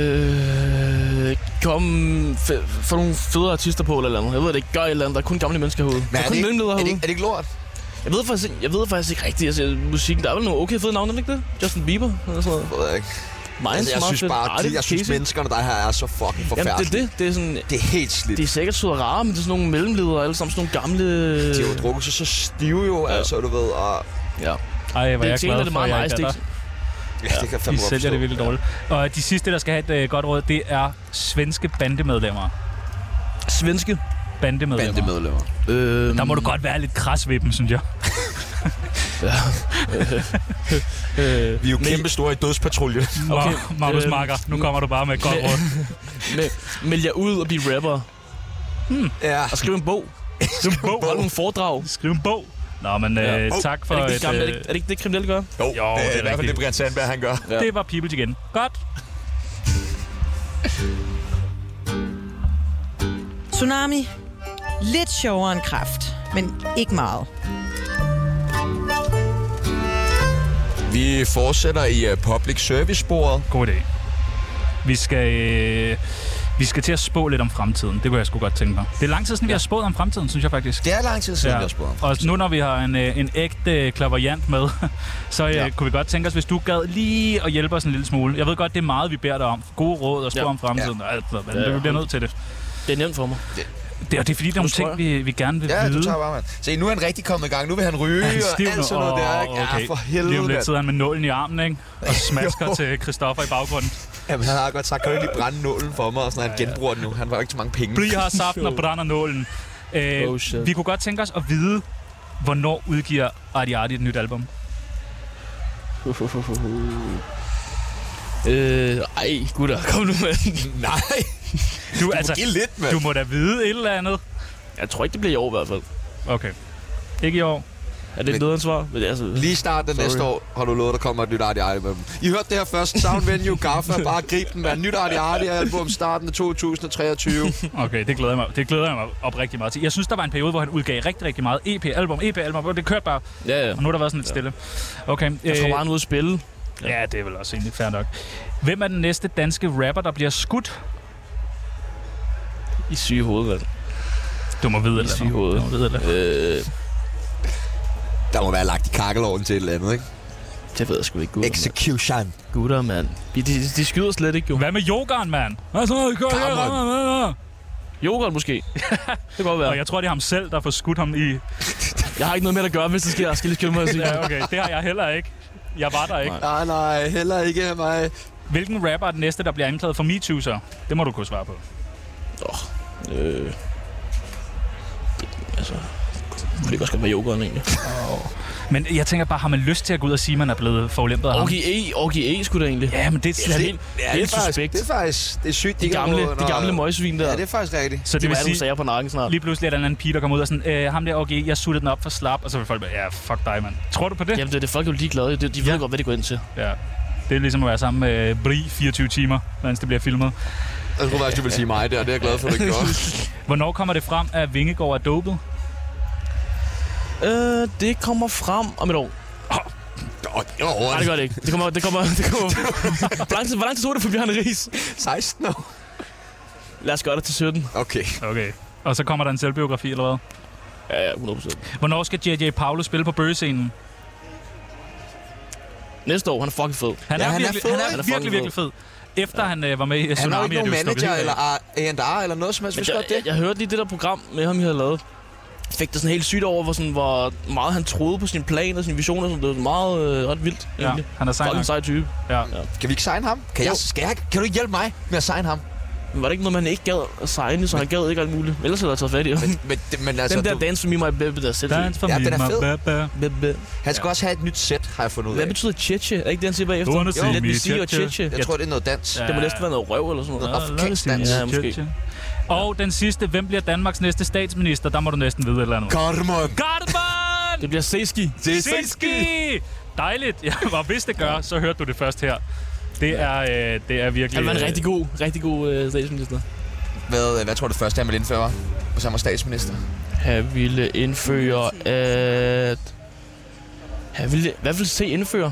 Speaker 3: Øh, kom, f- få nogle fede artister på eller et eller andet. Jeg ved det ikke, gør et eller andet. Der er kun gamle mennesker herude.
Speaker 1: Men
Speaker 3: der er kun
Speaker 1: ikke,
Speaker 3: mellemledere
Speaker 1: er, det
Speaker 3: herude.
Speaker 1: ikke, er det ikke lort?
Speaker 3: Jeg ved faktisk, ikke- jeg ved faktisk ikke rigtigt. Altså, musikken, der er vel nogle okay fede navne, er der ikke det? Justin Bieber eller sådan noget.
Speaker 1: Jeg ved jeg ikke.
Speaker 3: Minds,
Speaker 1: Altså, jeg
Speaker 3: meget
Speaker 1: synes
Speaker 3: fedt.
Speaker 1: bare,
Speaker 3: Ej,
Speaker 1: de,
Speaker 3: det er
Speaker 1: jeg synes
Speaker 3: Casey.
Speaker 1: menneskerne der her er så fucking
Speaker 3: Jamen, det er
Speaker 1: forfærdelige.
Speaker 3: det. Det er sådan...
Speaker 1: Det er helt slidt.
Speaker 3: De er sikkert søde og rare, men det er sådan nogle mellemledere, alle sammen sådan nogle gamle...
Speaker 1: De har jo drukket sig så stive jo,
Speaker 3: Ja.
Speaker 1: altså, du ved, og...
Speaker 2: Ej,
Speaker 3: Ja.
Speaker 2: hvor
Speaker 3: Det
Speaker 2: jeg
Speaker 3: er
Speaker 2: er
Speaker 3: til en,
Speaker 2: glad
Speaker 3: det er
Speaker 2: for, at
Speaker 3: meget
Speaker 2: jeg
Speaker 3: nice,
Speaker 2: ikke
Speaker 3: det
Speaker 2: er
Speaker 3: er
Speaker 2: der.
Speaker 1: Ja, det kan jeg fandme
Speaker 2: De
Speaker 1: godt
Speaker 2: sælger
Speaker 1: forstå.
Speaker 2: det virkelig dårligt. Og de sidste, der skal have et øh, godt råd, det er svenske bandemedlemmer.
Speaker 3: ikke svenske.
Speaker 2: Bandemedlemmer.
Speaker 1: Bandemedlemmer.
Speaker 3: Øhm,
Speaker 2: Der må du godt være lidt kras ved dem, synes jeg.
Speaker 3: Øh,
Speaker 1: Vi er jo kæmpe store i dødspatrulje.
Speaker 2: Okay,
Speaker 3: Okay,
Speaker 2: Magnus
Speaker 3: øh,
Speaker 2: Marker, nu kommer du bare med et
Speaker 3: *laughs*
Speaker 2: godt
Speaker 3: med-
Speaker 2: råd.
Speaker 3: med, meld jer ud og blive rapper.
Speaker 1: ja.
Speaker 3: Og skriv
Speaker 1: *laughs*
Speaker 3: en bog.
Speaker 2: Skriv en bog.
Speaker 3: Hold nogle foredrag.
Speaker 2: Skriv en bog. Nå, men
Speaker 3: Ja.
Speaker 2: øh,
Speaker 1: Hov,
Speaker 2: tak for...
Speaker 3: Er det ikke det, gamle, er
Speaker 2: et,
Speaker 3: det,
Speaker 2: øh,
Speaker 3: ikke- er det, ikke det kriminelle gør?
Speaker 1: Jo,
Speaker 2: Jo, det
Speaker 1: i
Speaker 2: er
Speaker 1: hvert fald
Speaker 2: rigtigt.
Speaker 1: det, Brian Sandberg, han gør.
Speaker 2: det var Peoples igen. Godt.
Speaker 6: Tsunami. Lidt sjovere end kraft, men ikke meget.
Speaker 1: Vi fortsætter i øh, public service-sporet.
Speaker 2: God idé. Vi skal, øh, vi skal til at spå lidt om fremtiden. Det kunne jeg sgu godt tænke mig. Det er lang tid siden, vi har spået om fremtiden, synes jeg faktisk.
Speaker 1: Det er lang tid siden, ja. jeg spurgte.
Speaker 2: Og nu når vi har en, øh, en ægte klaveriant med, *laughs* så øh, ja.
Speaker 1: Ja.
Speaker 2: kunne vi godt tænke os, hvis du gad lige at hjælpe os en lille smule. Jeg ved godt, det er meget, vi beder dig om. Gode råd og spå ja.
Speaker 3: Ja.
Speaker 2: om fremtiden. Ja. Altså, men
Speaker 3: Ja,
Speaker 2: vi bliver
Speaker 3: ja.
Speaker 2: nødt til det.
Speaker 3: Det er nemt for mig.
Speaker 2: det og det er fordi, der er nogle
Speaker 3: tror
Speaker 2: ting, vi,
Speaker 3: jeg.
Speaker 2: vi gerne vil
Speaker 1: Ja,
Speaker 2: vide.
Speaker 1: du tager bare, mand. Se, nu er han rigtig kommet i gang. Nu vil han ryge
Speaker 2: Er
Speaker 1: og
Speaker 2: han
Speaker 1: alt
Speaker 2: stiv nu?
Speaker 1: sådan noget der.
Speaker 2: Åh,
Speaker 1: Ikke? Ja, for
Speaker 2: Lige om
Speaker 1: helvede,
Speaker 2: lidt
Speaker 1: mand.
Speaker 2: sidder han med nålen i armen, ikke?
Speaker 1: *laughs*
Speaker 2: Og smasker
Speaker 1: Jo.
Speaker 2: til Christoffer i baggrunden.
Speaker 1: Jamen, han har godt sagt, kan du ikke lige brænde nålen for mig? Og sådan, han genbruger den nu. Han var ikke så mange penge.
Speaker 2: Bliv her saften og brænder nålen. Øh,
Speaker 3: Oh, shit.
Speaker 2: vi kunne godt tænke os at vide, hvornår udgiver Arti Arti et nyt album.
Speaker 3: *laughs* Øh, ej, gutter, kom nu med. den.
Speaker 1: *laughs* Nej,
Speaker 2: Du,
Speaker 1: altså, giv lidt, mand.
Speaker 2: du må da vide et eller andet.
Speaker 3: Jeg tror ikke, det bliver i år i hvert fald.
Speaker 2: Okay. Ikke i år.
Speaker 3: Er det et nødansvar? Men det er altså...
Speaker 1: Lige starten af næste år har du lovet, at der kommer et nyt Artie album. I hørte det her først. Sound Venue, Gaffa, bare grib den, mand. Nyt Artie Artie album, starten af
Speaker 2: *laughs*
Speaker 1: 2023.
Speaker 2: Okay, det glæder jeg mig, det glæder jeg mig oprigtig meget til. Jeg synes, der var en periode, hvor han udgav rigtig, rigtig meget E EP-album, EP-album, og det kørte bare.
Speaker 3: Ja, ja.
Speaker 2: Og nu har der været sådan lidt stille. Okay.
Speaker 3: Jeg tror
Speaker 2: øh,
Speaker 3: bare, han er ude at spille.
Speaker 2: Ja, det er vel også egentlig fair nok. Hvem er den næste danske rapper, der bliver skudt?
Speaker 3: I syge hoved, vel?
Speaker 2: Du må vide,
Speaker 3: I
Speaker 2: eller
Speaker 3: syge hoved.
Speaker 2: Du må vide, eller
Speaker 3: Øh,
Speaker 1: Der må være lagt i kakkeloven til et eller andet, ikke?
Speaker 3: det ved jeg sgu ikke. Gutter, mand.
Speaker 1: Execution.
Speaker 3: Gutter, mand. De, de, de skyder slet ikke, jo.
Speaker 2: Hvad med yoghurt, mand? Hvad så? Gør det,
Speaker 1: Come on.
Speaker 2: rammer, hvad, hvad?
Speaker 3: Yoghurt *laughs* måske. det kan godt være.
Speaker 2: Og jeg tror, det er ham selv, der får skudt ham i...
Speaker 3: Jeg har ikke noget med det at gøre, hvis det sker. Jeg skal lige skynde mig at sige.
Speaker 2: Ja, okay, det har jeg heller ikke. Jeg var der ikke.
Speaker 1: Nej,
Speaker 3: Nej.
Speaker 1: nej, heller ikke mig.
Speaker 2: Hvilken rapper er den næste, der bliver anklaget for MeToo, så? Det må du kunne svare på.
Speaker 3: Øh, altså, kunne det ikke også godt være yoghurt, egentlig?
Speaker 2: Men jeg tænker bare, har man lyst til at gå ud og sige, at man er blevet forulæmpet af
Speaker 3: Okay, E, okay, E skulle det egentlig.
Speaker 2: ham? Ja, men det,
Speaker 3: Ja,
Speaker 2: er
Speaker 3: helt, ja, helt suspekt.
Speaker 1: det er faktisk, det er sygt.
Speaker 3: de gamle, de gamle Altså, møgsvin der.
Speaker 1: Ja, det er faktisk rigtigt.
Speaker 2: Så det vil sige,
Speaker 3: sager på nakken snart.
Speaker 2: lige pludselig er der en anden pige, der kommer ud og sådan, øh, ham der, okay, jeg suttede den op for slap, og så vil folk bare, ja, fuck dig, mand. Tror du på det?
Speaker 3: Jamen, det er det, folk er jo ligeglade. De, de ved godt, hvad de går ind til.
Speaker 2: Ja. Det er ligesom at være sammen med øh, Bri 24 timer, mens det bliver filmet.
Speaker 1: Jeg tror faktisk, du vil sige mig der, det er jeg glad for, at *laughs* du ikke gjorde.
Speaker 2: Hvornår kommer det frem, at Vingegård er dopet?
Speaker 3: Øh, det kommer frem om et år.
Speaker 1: Nå, det var
Speaker 3: Nej, det gør det ikke. Det kommer... Det kommer, det kommer. *laughs* hvor, lang tid, hvor lang tid tog det for Bjørn Ries?
Speaker 1: 16 år.
Speaker 3: Lad os gøre det til 17.
Speaker 1: Okay.
Speaker 2: Okay. Og så kommer der en selvbiografi, eller hvad?
Speaker 3: Ja, ja, 100%.
Speaker 2: Hvornår skal J.J. Paolo spille på bøgescenen?
Speaker 3: Næste år, han er fucking fed.
Speaker 2: Han,
Speaker 1: Ja,
Speaker 2: er,
Speaker 1: han er
Speaker 2: virkelig,
Speaker 1: fed,
Speaker 2: han
Speaker 1: ikke?
Speaker 2: er,
Speaker 3: Han er
Speaker 2: virkelig,
Speaker 3: fucking
Speaker 2: virkelig fed. Efter han øh, var med i
Speaker 1: Han har jo
Speaker 2: Tsunami,
Speaker 1: ikke
Speaker 2: er det
Speaker 1: nogen
Speaker 2: jo stukket
Speaker 1: manager
Speaker 2: helt
Speaker 1: eller A&R eller noget som helst. Hvis
Speaker 3: Men jeg,
Speaker 1: godt det.
Speaker 3: jeg, jeg, hørte lige det der program med ham, I havde lavet. Fik det sådan helt sygt over, hvor, sådan, hvor meget han troede på sin plan og sine visioner. og Sådan. Det var meget øh, ret vildt,
Speaker 2: af.
Speaker 3: egentlig.
Speaker 2: Ja, han er sej
Speaker 3: Fucking
Speaker 2: nok.
Speaker 3: sej type.
Speaker 2: Ja.
Speaker 1: Kan vi ikke signe ham? Kan, jeg, skal jeg, kan du ikke hjælpe mig med at signe ham?
Speaker 3: Men var det ikke noget, man ikke gad at signe, så han gad ikke alt muligt? Ellers havde jeg taget fat i ham. *laughs*
Speaker 1: Men, det- men altså,
Speaker 3: Den der
Speaker 1: du,
Speaker 3: dance for me, my baby, der er selv.
Speaker 2: Dans for
Speaker 1: Ja,
Speaker 2: me,
Speaker 1: den er
Speaker 2: my
Speaker 1: fed.
Speaker 2: baby.
Speaker 3: Baby.
Speaker 1: han skal også have et nyt sæt, har jeg fundet ud af.
Speaker 3: Hvad betyder tjeche? Er ikke det, han siger bagefter?
Speaker 2: Du wanna see
Speaker 3: Let
Speaker 2: me
Speaker 3: me see your
Speaker 2: tjeche.
Speaker 3: tjeche.
Speaker 1: Jeg tror, det er noget dans.
Speaker 3: Det må næsten være noget røv eller sådan noget.
Speaker 1: Noget afrikansk dans.
Speaker 3: Ja, måske.
Speaker 2: Og den sidste, hvem bliver Danmarks næste statsminister? Der må du næsten vide et eller andet.
Speaker 1: Karmon!
Speaker 2: Gardemann!
Speaker 3: Det bliver Seski.
Speaker 1: Det
Speaker 2: Sinski! Dejligt. Ja, *laughs* og hvis det gør, så hørte du det først her. Det er, øh, det er virkelig...
Speaker 3: Han var en
Speaker 2: øh,
Speaker 3: rigtig god, rigtig god øh, statsminister.
Speaker 1: Hvad, øh, hvad tror du det første, han vil indføre, var? Hvis han var statsminister?
Speaker 3: Han ville indføre, at... Han ville... Hvad ville se indføre?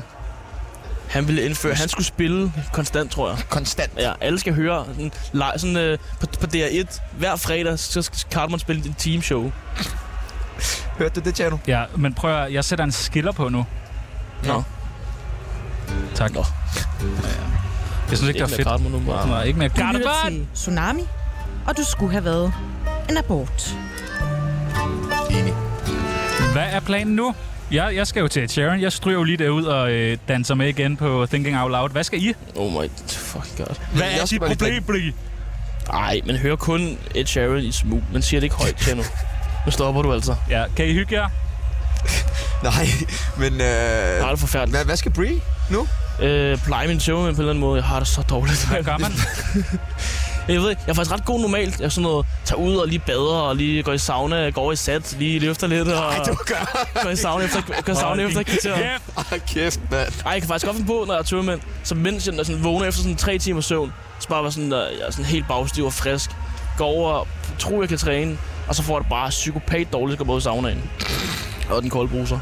Speaker 3: Han ville indføre... Han skulle spille konstant, tror jeg.
Speaker 1: Konstant.
Speaker 3: Ja, alle skal høre. Sådan, lej- sådan øh, på, på DR1, hver fredag, så skal Cartman spille et teamshow.
Speaker 1: Hørte du det, Tjerno?
Speaker 2: Ja, men prøv at, høre, jeg sætter en skiller på nu.
Speaker 3: Nå.
Speaker 2: Tak.
Speaker 3: Nå.
Speaker 2: Jeg synes ikke, det var
Speaker 3: Ikke med
Speaker 2: fedt.
Speaker 3: Cartman nu, bare.
Speaker 2: Nej, ikke mere
Speaker 6: Du lytter
Speaker 2: Gardemann!
Speaker 6: til Tsunami, og du skulle have været en abort.
Speaker 1: Enig.
Speaker 2: Hvad er planen nu? Jeg, jeg skal jo til Sharon. Jeg stryger jo lige derud og øh, danser med igen på Thinking Out Loud. Hvad skal I?
Speaker 3: Oh my fucking god.
Speaker 2: Hvad
Speaker 1: Jeg
Speaker 2: er
Speaker 1: skal
Speaker 2: dit
Speaker 1: bare lige
Speaker 2: problem, Bri?
Speaker 3: Ej, men hør kun Ed Sheeran i smug. Man siger det ikke højt til nu. Nu stopper du
Speaker 1: Øh,
Speaker 3: altså.
Speaker 2: Ja, kan I hygge
Speaker 3: *laughs*
Speaker 2: jer?
Speaker 1: *laughs* Nej, men... Øh,
Speaker 3: Jeg har det forfærdeligt.
Speaker 1: hvad, hvad skal Brie nu?
Speaker 3: Øh, pleje min tømmermænd på en eller anden måde. Jeg har det så dårligt.
Speaker 2: Hvad gør man?
Speaker 3: Jeg ved ikke, jeg er faktisk ret god normalt. Jeg er sådan noget, tager ud og lige bader, og lige går i sauna, går over i sat, lige løfter lidt, og Ej,
Speaker 1: Du gør...
Speaker 3: går i sauna efter, går i sauna efter et kvarter. Ej,
Speaker 2: Kæft,
Speaker 1: Ej, kæft, mand.
Speaker 3: jeg kan faktisk godt finde på, når jeg er tømmermænd, så mens jeg sådan, vågner efter sådan tre timer søvn, så bare være sådan, at jeg er sådan helt bagstiv og frisk, går over og tror, jeg kan træne, og så får jeg det bare psykopat dårligt, at gå ud i saunaen. Og den kolde bruser.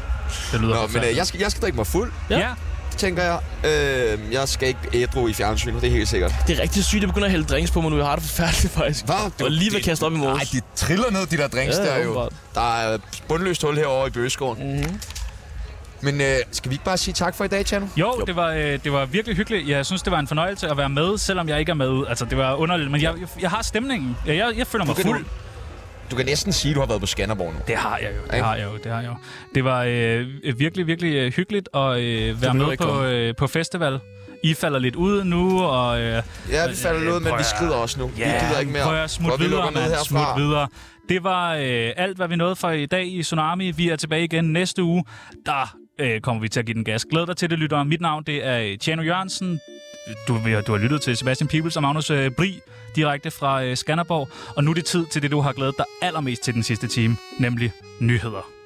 Speaker 2: Det
Speaker 1: Nå,
Speaker 2: lyder
Speaker 1: men øh,
Speaker 2: forfærdeligt.
Speaker 1: jeg, skal, jeg skal drikke mig fuld,
Speaker 2: Ja.
Speaker 3: øh, Ja.
Speaker 2: ja.
Speaker 1: tænker jeg. Øh, jeg skal ikke ædru i fjernsynet, det er helt sikkert.
Speaker 3: Det er rigtig sygt, at begynder at hælde drinks på mig nu. Jeg har det forfærdeligt, faktisk.
Speaker 1: Hvad?
Speaker 3: Du var lige ved at kaste op i
Speaker 1: Nej,
Speaker 3: morges.
Speaker 1: de triller ned, de der drinks
Speaker 3: Ja,
Speaker 1: ja, der jo.
Speaker 3: åbenbart.
Speaker 1: Der er bundløst hul herovre i Bøgeskoven.
Speaker 3: Mhm.
Speaker 1: Men øh, skal vi ikke bare sige tak for i dag, Tjerno?
Speaker 2: Jo, det var, øh, det var virkelig hyggeligt. Jeg synes, det var en fornøjelse at være med, selvom jeg ikke er med. Altså, det var underligt, men jeg, jeg, jeg har stemningen. Jeg, jeg, jeg føler mig
Speaker 1: kan nu-
Speaker 2: fuld.
Speaker 1: Du kan næsten sige, at du har været på Skanderborg nu.
Speaker 2: Det har jeg jo, det
Speaker 1: Ikke?
Speaker 2: har jeg jo, det har jeg jo. Det var øh, virkelig, virkelig øh, hyggeligt at øh, være
Speaker 3: behøver
Speaker 2: med
Speaker 3: ikke
Speaker 2: på,
Speaker 3: komme.
Speaker 2: øh, på festival. I falder lidt ud nu, og... Øh,
Speaker 1: Ja, vi falder
Speaker 2: Øh,
Speaker 1: ud, men
Speaker 2: prøv
Speaker 1: vi
Speaker 2: at-
Speaker 1: skrider også nu.
Speaker 2: Ja,
Speaker 1: vi gider ikke mere.
Speaker 2: Prøv at smut
Speaker 1: Godt, vi
Speaker 2: videre,
Speaker 1: lukker ned
Speaker 2: mand. Smut
Speaker 1: herfra.
Speaker 2: videre. Det var øh, alt, hvad vi nåede for i dag i Tsunami. Vi er tilbage igen næste uge. Der øh, kommer vi til at give den gas. Glæd dig til det, lytter. Mit navn det er øh, Tjano Jørgensen. Du, vi har- du har lyttet til Sebastian Peebles og Magnus øh, Bri direkte fra øh, Skanderborg. Og nu er det tid til det, du har glædet dig allermest til den sidste time, nemlig nyheder.